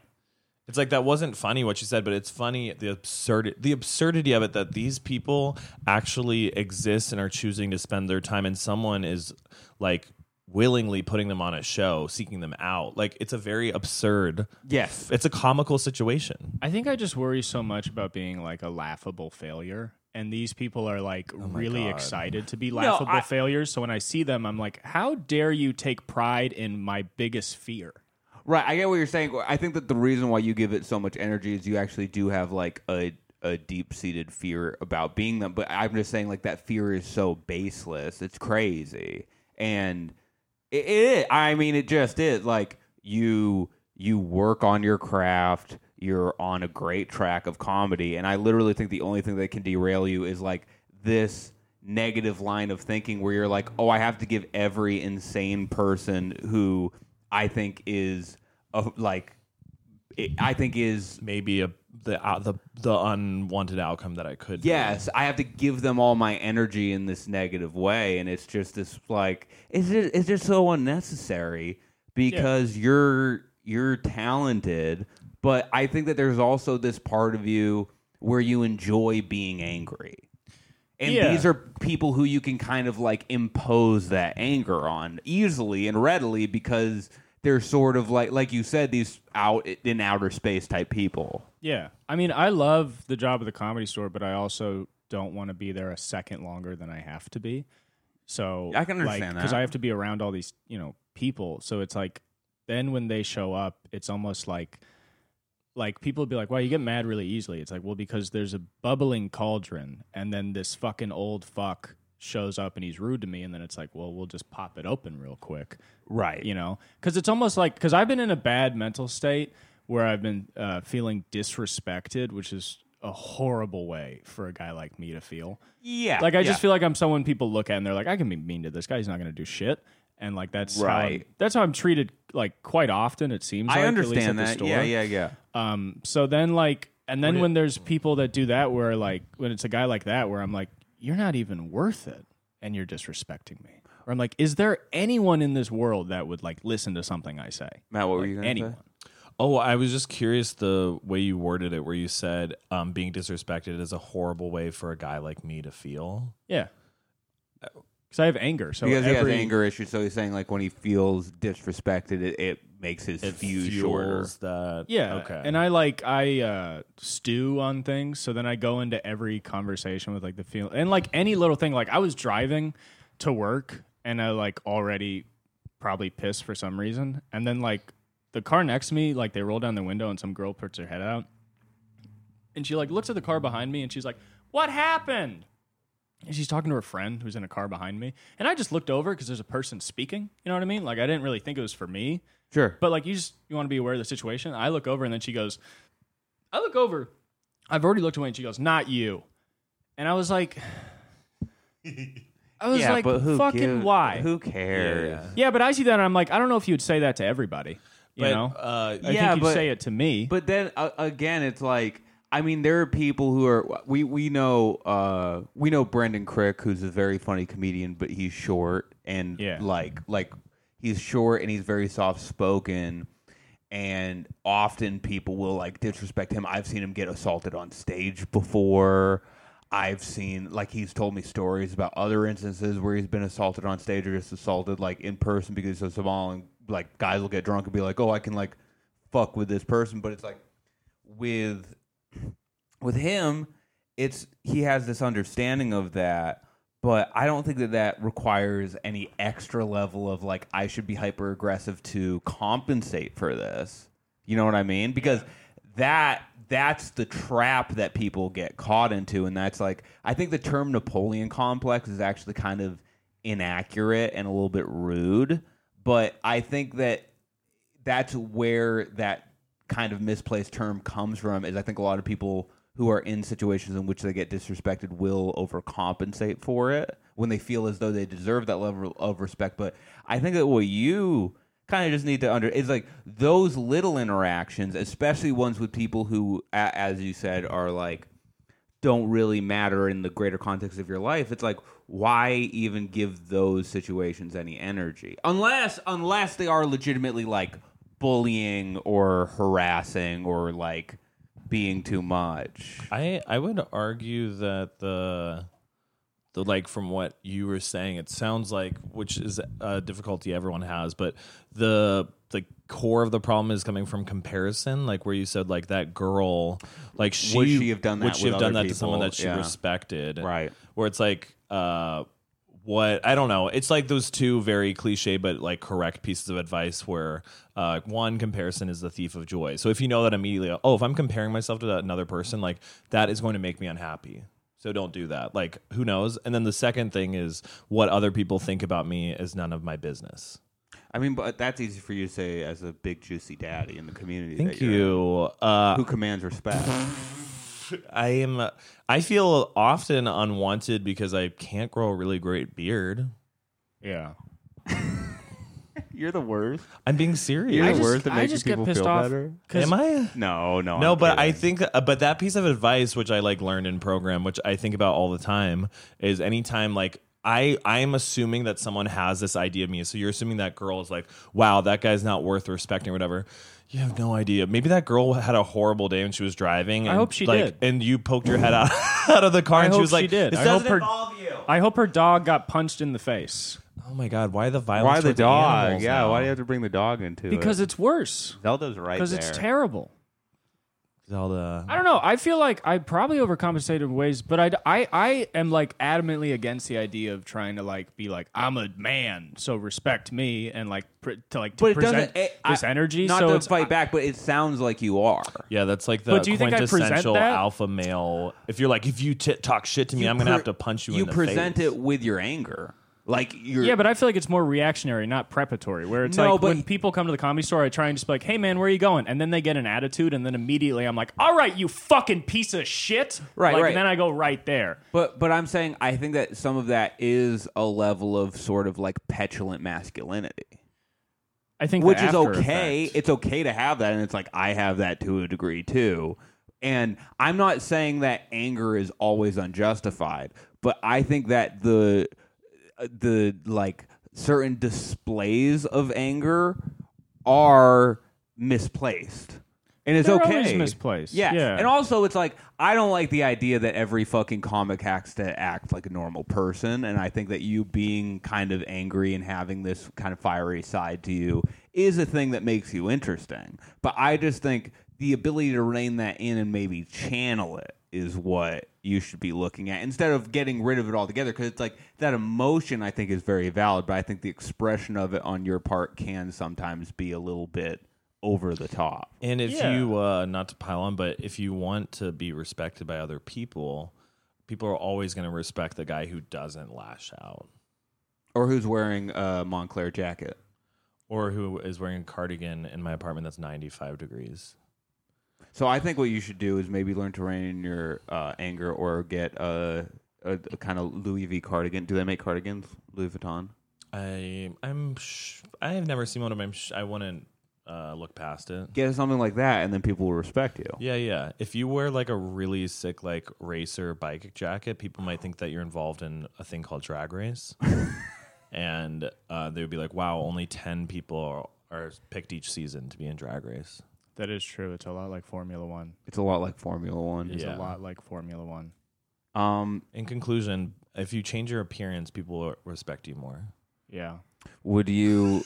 It's like that wasn't funny what she said, but it's funny the absurd the absurdity of it that these people actually exist and are choosing to spend their time, and someone is like willingly putting them on a show, seeking them out. Like it's a very absurd.
Yes.
It's a comical situation.
I think I just worry so much about being like a laughable failure. And these people are
Oh
like really excited to be laughable
I-
failures. So when I see them, I'm like, how dare you take pride in my biggest fear?
Right, I get what you're saying. I think that the reason why you give it so much energy is you actually do have like a a deep seated fear about being them. But I'm just saying like that fear is so baseless. It's crazy, and it, it I mean, it just is like you you work on your craft. You're on a great track of comedy, and I literally think the only thing that can derail you is like this negative line of thinking where you're like, oh, I have to give every insane person who I think is a, like, it, I think is
Maybe a the uh, the the unwanted outcome that I could.
yes, I have to give them all my energy in this negative way, and it's just this like, it's just, it's just so unnecessary because you're you're talented, but I think that there's also this part of you where you enjoy being angry. And
Yeah.
these are people who you can kind of like impose that anger on easily and readily because they're sort of like like you said these out in outer space type people.
Yeah. I mean, I love the job of the comedy store, but I also don't want to be there a second longer than I have to be. So
I can understand that.
because I have to be around all these, you know, people. So it's like then when they show up, it's almost like like people be like, "Wow, you get mad really easily." It's like, well, because there's a bubbling cauldron, and then this fucking old fuck shows up and he's rude to me, and then it's like, well, we'll just pop it open real quick,
Right.
You know, because it's almost like because I've been in a bad mental state where I've been uh, feeling disrespected, which is a horrible way for a guy like me to feel.
Yeah.
Like I
yeah.
just feel like I'm someone people look at and they're like, I can be mean to this guy. He's not going to do shit. And like that's how I'm-
Right.
that's how I'm treated. Like quite often, it seems.
I
like, at least at
understand
the
that.
store.
Yeah, yeah, yeah.
Um. So then, like, and then when there's people that do that, where like when it's a guy like that, where I'm like, you're not even worth it, and you're disrespecting me. Or I'm like, is there anyone in this world that would like listen to something I say?
Matt, what were you going to
Anyone?
say?
Oh, I was just curious the way you worded it, where you said um, being disrespected is a horrible way for a guy like me to feel.
Yeah. Because Uh, I have anger. So
Because
every,
he has anger issues, so he's saying like when he feels disrespected, it, it makes his fuse shorter.
fuels that.
Yeah.
Okay.
And I like I uh stew on things, so then I go into every conversation with like the feel and like any little thing. Like I was driving to work and I like already probably pissed for some reason. And then like the car next to me, like they roll down the window and some girl puts her head out. And she like looks at the car behind me and she's like, What happened? And she's talking to her friend who's in a car behind me. And I just looked over because there's a person speaking. You know what I mean? Like I didn't really think it was for me.
Sure.
But like you just you want to be aware of the situation. I look over and then she goes, I look over. I've already looked away and she goes, Not you. And I was like I was
yeah,
like
but who
fucking
gives-
why?
Who cares?
Yeah, yeah.
yeah, but I see that and I'm like, I don't know if you'd say that to everybody. You
But,
know?
uh,
I
yeah,
think you'd
but-
say it to me.
But then uh, again, it's like I mean, there are people who are we we know uh, we know Brendan Crick, who's a very funny comedian, but he's short and
Yeah.
like like he's short and he's very soft spoken, and often people will like disrespect him. I've seen him get assaulted on stage before. I've seen like he's told me stories about other instances where he's been assaulted on stage or just assaulted like in person because he's so small and like guys will get drunk and be like, "Oh, I can like fuck with this person," but it's like with with him, it's he has this understanding of that, but I don't think that that requires any extra level of like I should be hyper aggressive to compensate for this. You know what I mean? Because that that's the trap that people get caught into and that's like I think the term Napoleon complex is actually kind of inaccurate and a little bit rude, but I think that that's where that kind of misplaced term comes from is I think a lot of people who are in situations in which they get disrespected will overcompensate for it when they feel as though they deserve that level of respect. But I think that what you kind of just need to under is like those little interactions, especially ones with people who, a- as you said, are like don't really matter in the greater context of your life it's like why even give those situations any energy unless unless they are legitimately like bullying or harassing or like being too much
I I would argue that the the like from what you were saying, it sounds like which is a difficulty everyone has, but the the core of the problem is coming from comparison, like where you said like that girl, like she
Would she have done that
would she
with
have done
other
that to someone
people?
that she
Yeah.
respected,
Right.
Where it's like uh. What I don't know. It's like those two very cliche but like correct pieces of advice where uh, one comparison is the thief of joy. So if you know that immediately, oh, if I'm comparing myself to that another person, like that is going to make me unhappy. So don't do that. Like, who knows? And then the second thing is what other people think about me is none of my business.
i mean but that's easy for you to say as a big juicy daddy in the community
Thank
that you're in,
you. Uh,
who commands respect
I am. I feel often unwanted because I can't grow a really great beard.
yeah.
you're the worst
I'm being serious.
I
the
just,
worst that
I
makes
just
you
get
people
pissed
feel
off
better?
'cause-
Am I?
no no
No,
I'm
but I
kidding.
think, uh, but that piece of advice, which I like learned in program, which I think about all the time, is anytime like I, I'm assuming that someone has this idea of me. So you're assuming that girl is like, wow, that guy's not worth respecting or whatever. You have no idea. Maybe that girl had a horrible day when she was driving. And,
hope she
like,
did.
And you poked your head out, out of the car,
I
and
hope
she was
she
like,
did.
"This
I hope
doesn't
her-
involve you."
I hope her dog got punched in the face.
Oh my god, why the violence?
why the
towards
dog
animals
yeah
now?
why do you have to bring the dog into
Because
it
it's worse.
zelda's right
Because
there
it's terrible.
all the
I don't know. I feel like I probably overcompensated in ways, but I, I, I am like adamantly against the idea of trying to like be like I'm a man, so respect me and like pr- to like to
But it
present
doesn't. It,
this
I-
energy.
Not
so
to
it's,
fight back, but it sounds like you are.
yeah, that's like the
But do you think I present
quintessential
that?
alpha male. If you're like, if you t- talk shit to me,
You
I'm gonna
pre-
have to punch you.
You
in the
present
face.
it with your anger, like you're.
yeah, but I feel like it's more reactionary, not preparatory. Where it's
No,
like
but-
when people come to the comedy store, I try and just be like, "Hey man, where are you going?" And then they get an attitude, and then immediately I'm like, "All right, you fucking piece of shit!"
Right,
Like,
right.
And then I go right there.
But but I'm saying I think that some of that is a level of sort of like petulant masculinity,
I think
which
the
is
after
okay.
effect-
It's okay to have that, and it's like I have that to a degree too. And I'm not saying that anger is always unjustified, but I think that the uh, the like certain displays of anger are misplaced. And it's
They're
okay.
always misplaced.
Yeah.
Yeah.
And also it's like I don't like the idea that every fucking comic has to act like a normal person and I think that you being kind of angry and having this kind of fiery side to you is a thing that makes you interesting. But I just think the ability to rein that in and maybe channel it is what you should be looking at instead of getting rid of it altogether because it's like that emotion I think is very valid, but I think the expression of it on your part can sometimes be a little bit over the top.
And if
Yeah.
you uh, not to pile on, but if you want to be respected by other people, people are always going to respect the guy who doesn't lash out
or who's wearing a Montclair jacket.
or who is wearing a cardigan in my apartment that's 95 degrees.
So I think what you should do is maybe learn to rein in your uh, anger, or get a, a, a kind of Louis V cardigan. Do they make cardigans? Louis Vuitton.
I I'm sh- I have never seen one of them. Sh- I wouldn't uh, look past it.
Get something like that, and then people will respect you.
Yeah, yeah. If you wear like a really sick like racer bike jacket, people might think that you're involved in a thing called drag race, and uh, they would be like, "Wow, only ten people are, are picked each season to be in drag race."
That is true. It's a lot like Formula One.
It's a lot like Formula One.
It's
Yeah.
a lot like Formula One.
Um,
In conclusion, if you change your appearance, people will respect you more.
Yeah.
would you?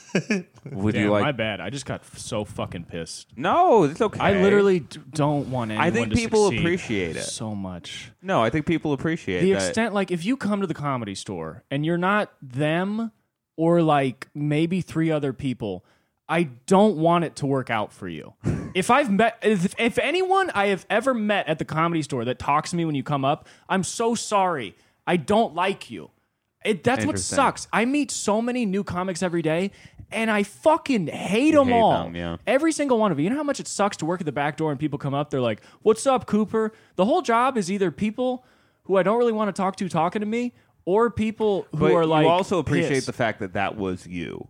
would
Damn,
you like?
my bad. I just got f- so fucking pissed.
no, it's okay.
I literally d- don't want anyone
I think
to
people
succeed
appreciate it.
so much.
No, I think people appreciate
the
that.
extent, like, if you come to the comedy store and you're not them or like maybe three other people, I don't want it to work out for you. if I've met, if, if anyone I have ever met at the comedy store that talks to me when you come up, I'm so sorry. I don't like you. It, that's what
Interesting.
sucks. I meet so many new comics every day, and I fucking hate them
hate
all.
them, yeah.
Every single one of you. You know how much it sucks to work at the back door and people come up, they're like, What's up, Cooper? The whole job is either people who I don't really want to talk to talking to me or people who
but
are like.
you also appreciate
pissed.
the fact that that was you.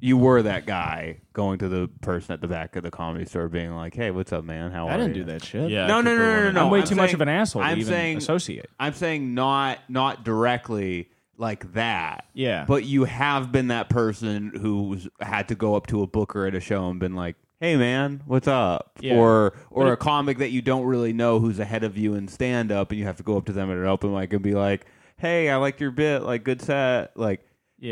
You were that guy going to the person at the back of the comedy store, being like, "Hey, what's up, man? How
I
are
didn't
you?"
do that shit.
Yeah,
No, no,
Cooper
no, no, no,
wouldn't.
no.
I'm way
I'm
too much
saying-
of an asshole to
I'm
even
saying-
associate.
I'm saying not not directly like that.
Yeah.
But you have been that person who's had to go up to a booker at a show and been like, "Hey, man, what's up?"
Yeah.
Or or a comic that you don't really know who's ahead of you in stand up, and you have to go up to them at an open mic and be like, "Hey, I liked your bit. Like, good set. Like."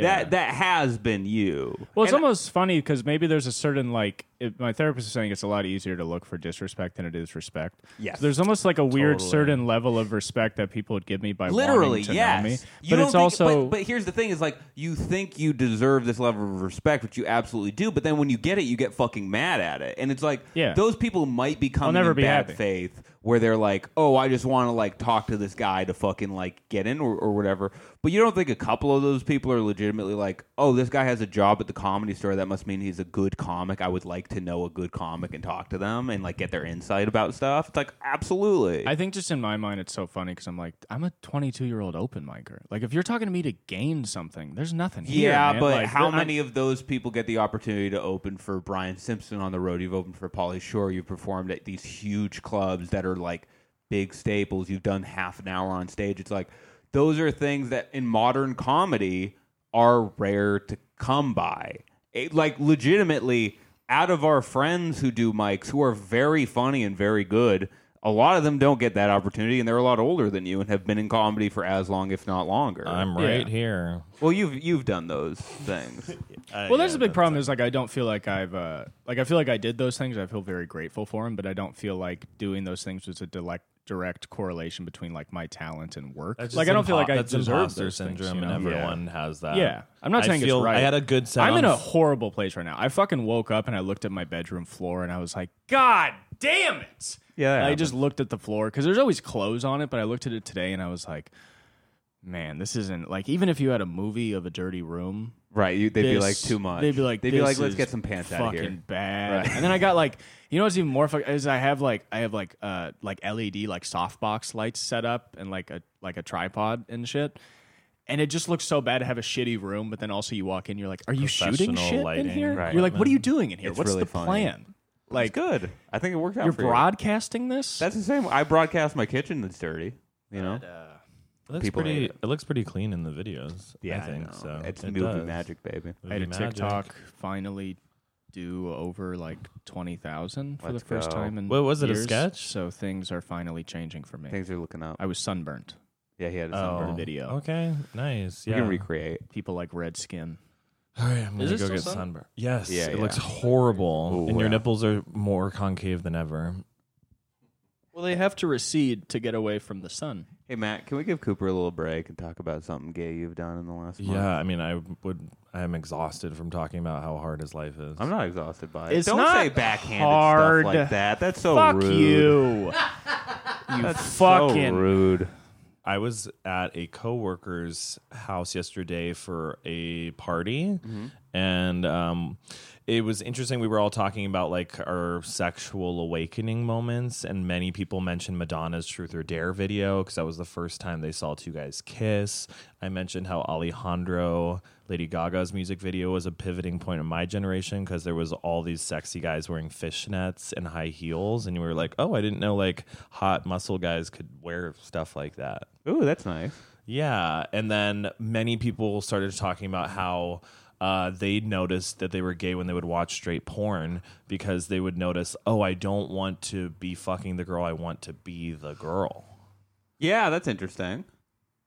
That that has been you.
Well, it's
And-
almost funny because maybe there's a certain like it, my therapist is saying it's a lot easier to look for disrespect than it is respect.
Yes.
there's almost like a weird
Totally.
certain level of respect that people would give me by
literally
wanting to
yes
know me.
You
But
don't
it's
think-
also
but, but here's the thing is like you think you deserve this level of respect which you absolutely do but then when you get it you get fucking mad at it and it's like
Yeah.
those people might be coming
never
in
be
bad
happy.
faith where they're like oh i just want to like talk to this guy to fucking like get in or, or whatever but you don't think a couple of those people are legitimately like oh this guy has a job at the comedy store that must mean he's a good comic i would like to know a good comic and talk to them and like get their insight about stuff it's like absolutely
I think just in my mind, it's so funny because I'm like, I'm a 22 year old open micer. Like, if you're talking to me to gain something, there's nothing here.
Yeah,
man.
but
Like,
how
I'm-
many of those people get the opportunity to open for Brian Simpson on the road? You've opened for Polly Shore. You've performed at these huge clubs that are like big staples. You've done half an hour on stage. It's like those are things that in modern comedy are rare to come by. It, like legitimately, out of our friends who do mics, who are very funny and very good, a lot of them don't get that opportunity, and they're a lot older than you and have been in comedy for as long, if not longer.
I'm
Yeah.
right here.
well, you've you've done those things.
Well, there's a big problem. Is like I don't feel like I've uh, like I feel like I did those things. I feel very grateful for them, but I don't feel like doing those things was a direct direct correlation between like my talent and work. like I don't feel like I
that's
deserve
imposter
those
syndrome,
things, you know?
and everyone has that.
Yeah. I'm not
I
saying it's
feel,
right.
I had a good set.
I'm
on
in a
f-
horrible place right now. I fucking woke up and I looked at my bedroom floor and I was like, God damn it!
Yeah,
And
that
I
happens.
just looked at the floor because there's always clothes on it, but I looked at it today and I was like, Man, this isn't like even if you had a movie of a dirty room,
Right? You, they'd be
this-
like too much.
They'd be like,
they'd be
"This
like, let's
is
get some pants out of here.
Fucking bad.
Right.
And then I got like, you know what's even more fuck is I have like I have like uh like LED like softbox lights set up and like a like a tripod and shit. And it just looks so bad to have a shitty room, but then also you walk in, you're like, are you shooting
Professional
shit
lighting,
in here?
right.
You're like, what are you doing in here?
It's
what's
really
the
funny.
plan? Like,
It's good. I think it worked out
you're
for you.
broadcasting this.
That's the same. I broadcast my kitchen that's dirty. You know.
It looks
people
pretty.
hate
It. looks pretty clean in the videos. I think
know.
so.
It's
it
movie
does.
magic, baby.
I had a
Movie magic.
TikTok finally do over like twenty thousand for
Let's
the first
go.
time. And
Wait, was it a
years,
sketch?
So things are finally changing for me.
Things are looking up.
I was sunburnt.
Yeah, he had a
Oh,
sunburn.
video.
Okay, nice.
You
Yeah.
can recreate.
People like red skin.
All right, I'm gonna
it
go
still
get
sun?
sunburn. Yes,
Yeah,
it
yeah.
looks horrible,
Ooh,
and your
yeah.
nipples are more concave than ever.
Well, they have to recede to get away from the sun.
Hey Matt, can we give Cooper a little break and talk about something gay you've done in the last month?
Yeah, I mean, I would. I am exhausted from talking about how hard his life is.
I'm not exhausted by it.
It's
Don't
not
say backhanded
hard.
stuff like that. That's so
Fuck
rude.
you. you fucking.
So rude.
I was at a coworker's house yesterday for a party, and um, it was interesting. We were all talking about like our sexual awakening moments, and many people mentioned Madonna's "Truth or Dare" video because that was the first time they saw two guys kiss. I mentioned how Alejandro, Lady Gaga's music video, was a pivoting point in my generation because there was all these sexy guys wearing fishnets and high heels, and you were like, "Oh, I didn't know like hot muscle guys could wear stuff like that."
Ooh, that's nice.
Yeah, and then many people started talking about how uh, they noticed that they were gay when they would watch straight porn because they would notice, oh, I don't want to be fucking the girl. I want to be the girl.
Yeah, that's interesting.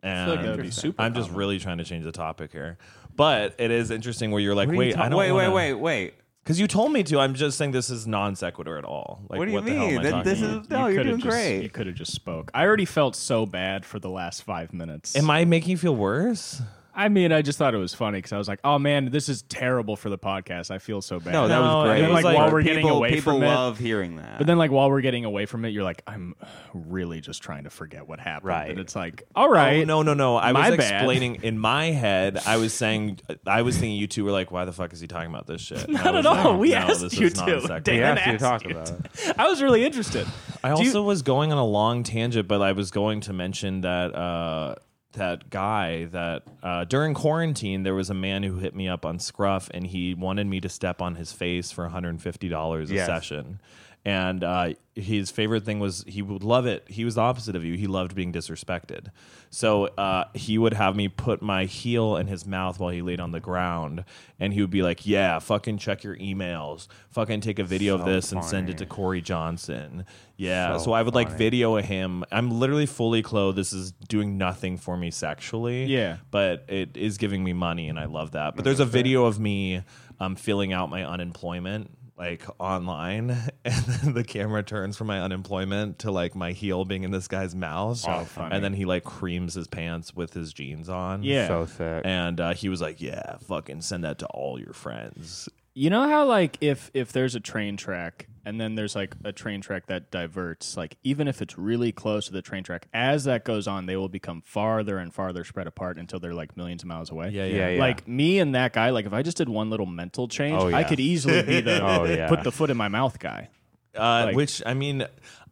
And
like that would be super
I'm just really trying to change the topic here, but it is interesting where you're like,
What are you
wait,
ta-
I don't
wait,
wanna-
wait, wait, wait.
because you told me to. I'm just saying this is non sequitur at all. Like,
What do you
the hell am
mean?
I
That-
talking
this
about?
is no. You are
coulda
doing
just-
great.
You could have just spoke. I already felt so bad for the last five minutes.
Am I making you feel worse?
I mean, I just thought it was funny because I was like, "Oh man, this is terrible for the podcast. I feel so bad."
no, that
No,
was great.
it was
like while we're
people,
getting away
people
from it.
love hearing that.
But then, like while we're getting away from it, you're like, "I'm really just trying to forget what happened."
Right.
And it's like, all right,
Oh, no, no, no. I
My
was
bad.
explaining in my head. I was saying, I was thinking you two were like, why the fuck is he talking about this shit? And I
Not
was
at all.
like,
We
no,
asked
this
you
is
to.
non-sequitur.
Damn.
we
then
have to
asked
talk
you
about
to-
it.
I was really interested.
I
Do you-
also was going on a long tangent, but I was going to mention that uh, that guy that uh, during quarantine there was a man who hit me up on Scruff, and he wanted me to step on his face for one hundred and fifty dollars a
Yes.
session. And uh, his favorite thing was he would love it. He was the opposite of you. He loved being disrespected. So uh, he would have me put my heel in his mouth while he laid on the ground, and he would be like, "Yeah, fucking check your emails. Fucking take a video of
So
this and send it
funny.
to Corey Johnson. Yeah. So,
So
I would like
funny.
video him. I'm literally fully clothed. This is doing nothing for me sexually.
Yeah.
But it is giving me money and I love
Mm,
that. But there's a video of me um, filling out my unemployment like online and then the camera turns from my unemployment to like my heel being in this guy's mouth
Oh, funny.
and then he like creams his pants with his jeans on
Yeah.
So sick.
and uh, he was like yeah fucking send that to all your friends
You know how like if if there's a train track and then there's like a train track that diverts, like even if it's really close to the train track, as that goes on, they will become farther and farther spread apart until they're like millions of miles away.
yeah, yeah.
Like me and that guy, like if I just did one little mental change,
Oh, yeah.
I could easily be the
Oh, yeah.
put the foot in my mouth guy.
Uh,
Like-
which I mean,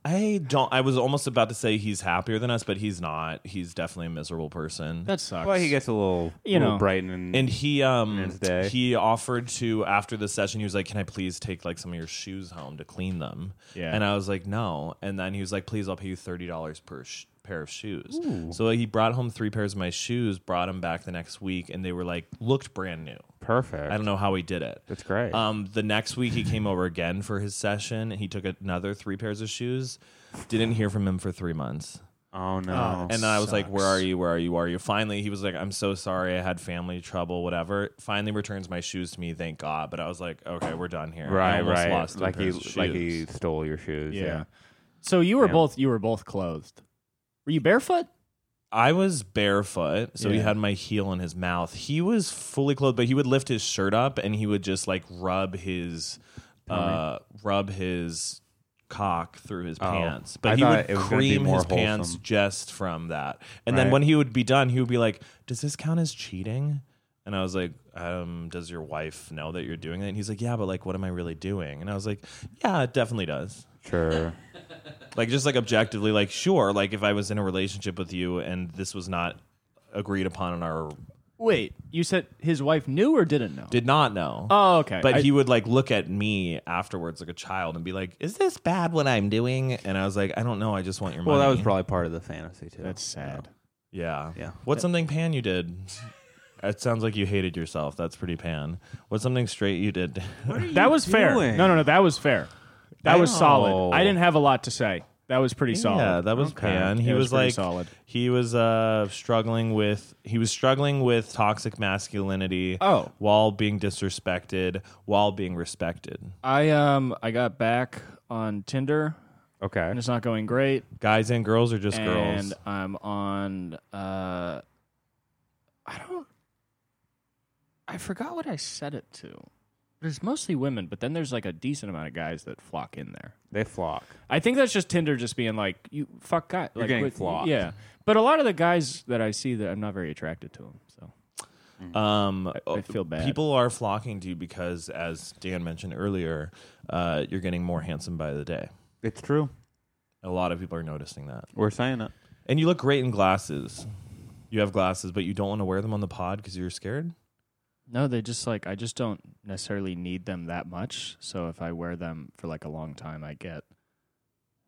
I don't. I was almost about to say he's happier than us, but he's not. He's definitely a miserable person.
That sucks.
well, he gets a little,
You
little
know.
brighten and,
and he um
His day.
he offered to after the session he was like, "Can I please take like some of your shoes home to clean them?"
Yeah.
and I was like, "No." And then he was like, "Please, I'll pay you thirty dollars per sh- pair of shoes." So he brought home three pairs of my shoes, brought them back the next week, and they were like looked brand new.
Perfect.
I don't know how he did it.
That's great.
Um, the next week he came over again for his session. He took another three pairs of shoes. Didn't hear from him for three months.
oh no.
And then I was like,
Sucks.
"Where are you? Where are you? Where are you?" Finally, he was like, "I'm so sorry. I had family trouble. Whatever." Finally, returns my shoes to me. Thank God. But I was like, "Okay, we're done here." I
right,
almost
right.
lost three
like he
pairs of
like
shoes.
he stole your shoes.
Yeah. So you were
Yeah.
both you were both clothed. Were you barefoot?
I was barefoot, so he
Yeah.
had my heel in his mouth. He was fully clothed, but he would lift his shirt up and he would just like rub his uh rub his cock through his
Oh.
pants. But
I
he
thought
would
it was gonna be
cream
more
his pants
wholesome.
just from that. And then
Right.
when he would be done, he would be like, "Does this count as cheating?" And I was like, um, "Does your wife know that you're doing it?" And he's like, "Yeah, but like, what am I really doing?" And I was like, "Yeah, it definitely does."
Sure.
like just like objectively like sure like if i was in a relationship with you and this was not agreed upon in our
Wait, you said his wife knew or didn't know?
did not know
oh, okay.
but
I-
he would like look at me afterwards like a child and be like is this bad what i'm doing and i was like i don't know i just want your
Well,
money
that was probably part of the fantasy too.
that's sad.
yeah
Yeah.
what's something pan you did it sounds like you hated yourself that's pretty pan what's something straight you did
That was fair.
doing?
No, no, no. That was fair. That was
Oh.
solid. I didn't have a lot to say. That was pretty solid.
Yeah, that was
Okay.
Pan. He
It
was,
was pretty
like
solid.
he was uh struggling with he was struggling with toxic masculinity
Oh.
while being disrespected, while being respected.
I um I got back on Tinder
okay.
and it's not going great.
Guys and girls are just
and
girls.
I'm on uh I don't I forgot what I said it to. There's mostly women, but then there's like a decent amount of guys that flock in there.
They flock.
I think that's just Tinder just being like, you fuck guy.
You're
like,
getting
what-
flocked.
Yeah. But a lot of the guys that I see that I'm not very attracted to them. So
Um
I feel bad.
people are flocking to you because as Dan mentioned earlier, uh you're getting more handsome by the day.
It's true.
A lot of people are noticing that.
We're saying it.
And you look great in glasses. You have glasses, but you don't want to wear them on the pod because you're scared?
no, they just like I just don't necessarily need them that much. So if I wear them for like a long time, I get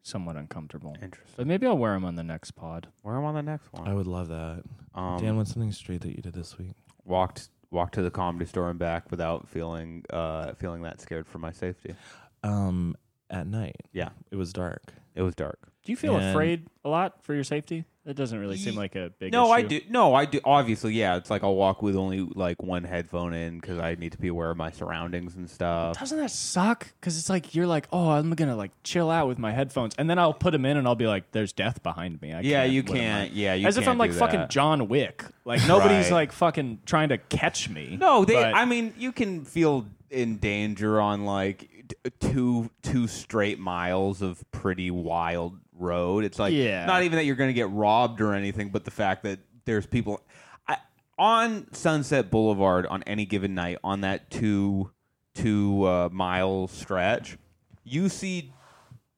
somewhat uncomfortable.
Interesting.
But maybe I'll wear them on the next pod.
Where am I on the next
I
one?
would love that.
Um,
Dan, what's something straight that you did this week?
walked walked to the comedy store and back without feeling uh feeling that scared for my safety.
Um, at night.
Yeah.
It was dark.
It was dark.
Do you feel
And-
afraid a lot for your safety? That doesn't really seem like a big
No, I
issue.
do. No, I do. Obviously, yeah. It's like I'll walk with only like one headphone in because I need to be aware of my surroundings and stuff.
Doesn't that suck? Because it's like you're like, oh, I'm gonna like chill out with my headphones, and then I'll put them in, and I'll be like, there's death behind me. I
Yeah,
can't,
you
what am I-
can't. Yeah, you
As if
can't
I'm like
do
fucking
that.
John Wick. Like nobody's
Right.
like fucking trying to catch me.
No, they.
But
I mean, you can feel in danger on like t- two two straight miles of pretty wild road. It's like
Yeah.
not even that you're going to get robbed or anything, but the fact that there's people I, on Sunset Boulevard on any given night on that two two uh, mile stretch. You see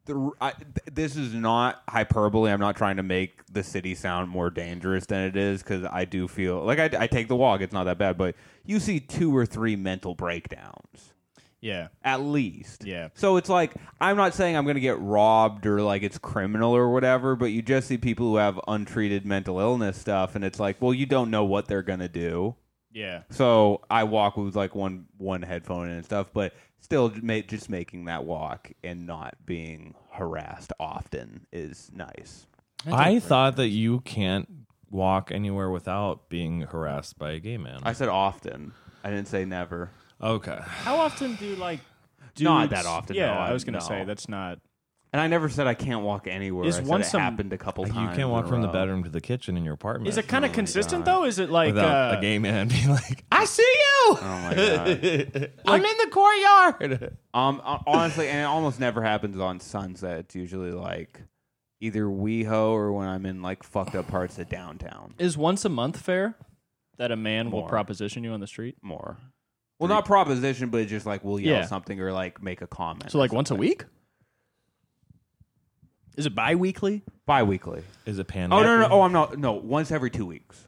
the, I, th- this is not hyperbole. I'm not trying to make the city sound more dangerous than it is because I do feel like I, I take the walk. It's not that bad, but you see two or three mental breakdowns
yeah,
at least.
Yeah.
So it's like I'm not saying I'm going to get robbed or like it's criminal or whatever, but you just see people who have untreated mental illness stuff, and it's like, well, you don't know what they're going to do.
yeah.
So I walk with like one one headphone in and stuff, but still j- ma- just making that walk and not being harassed often is nice.
I thought that you can't walk anywhere without being harassed by a gay man.
I said often. I didn't say never.
okay.
How often do like?
not
dudes-
that often.
Yeah,
no,
I was gonna
no.
say that's not.
And I never said I can't walk anywhere.
Is
I said
one
it
some-
happened a couple times.
You can't walk
in a
from the
row.
bedroom to the kitchen in your apartment.
Is it kind of consistent
God.
though? Is it like
without
uh,
a gay man being like, "Ah!" "I see you.
Oh my god.
I'm in the courtyard."
Um, hon- honestly, and it almost never happens on Sunset. It's usually like either WeHo or when I'm in like fucked up parts of downtown.
Is once a month fair that a man will
More.
proposition you on the street?
More. Well, not proposition, but just like we'll yell
Yeah.
something or like make a comment.
So like once a week? Is it bi-weekly?
bi-weekly.
Is it pan?
Oh no, no, no. Oh, I'm not. No, once every two weeks,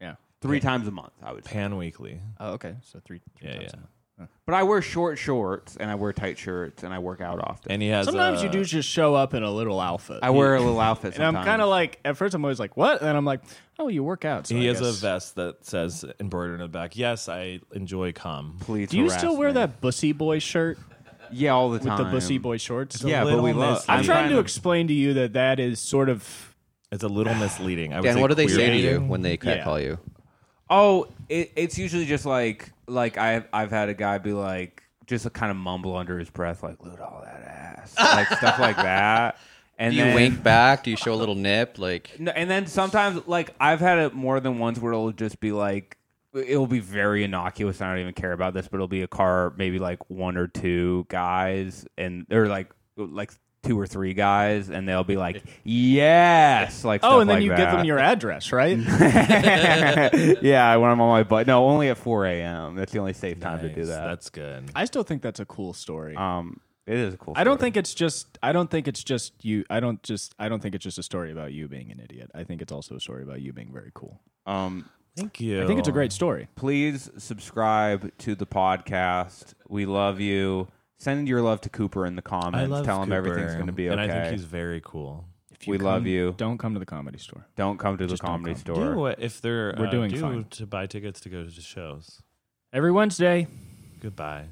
Yeah.
three times a month. I would. Say.
Pan weekly.
Oh, okay. So three. three
Yeah,
times
yeah.
a month.
But I wear short shorts and I wear tight shirts and I work out often.
And he has
Sometimes
uh,
you do just show up in a little outfit.
I wear a little outfit.
and I'm
sometimes.
kind of like, at first I'm always like, what? And I'm like, oh, you work out. So
He
I
has a
guess-
vest that says embroidered in the back. Yes, I enjoy cum.
Please
Do you
harass
still wear
me.
that bussy boy shirt
Yeah, all the
with
time.
the bussy boy shorts?
Yeah, but
little
we love.
miss-
I'm,
I'm
trying to explain to you that that is sort of
It's a little misleading. I would
Dan,
say
what do they say to
queer.
you when they cat
Yeah.
call you?
Oh, it, it's usually just like like I I've had a guy be like just kind of mumble under his breath like loot all that ass like stuff like that. And
Do you
then,
wink back? Do you show a little nip? Like,
No, and then sometimes, like I've had it more than once, where it'll just be like, it'll be very innocuous. And I don't even care about this, but it'll be a car, maybe like one or two guys, and or like like two or three guys, and they'll be like, yes, like
oh,
stuff
and then
like
you give
that.
them your address, right?
yeah, when I'm on my bike. No, only at 4 a.m. That's the only safe time to do
Nice,
that.
That's good.
I still think that's a cool story.
um, it is a cool.
I don't
story.
think it's just. I don't think it's just you. I don't just. I don't think it's just a story about you being an idiot. I think it's also a story about you being very cool.
Um,
Thank you.
I think it's a great story.
please subscribe to the podcast. We love you. Send your love to Cooper in the comments.
I love
Tell him
Cooper,
everything's going to be okay.
And I think he's very cool.
If you
We love
come-
you.
Don't come to the comedy store.
don't come to the
Just don't
comedy
come.
store.
Do it if they're
We're
uh,
doing
due
fine.
to buy tickets to go to shows.
Every Wednesday.
Goodbye.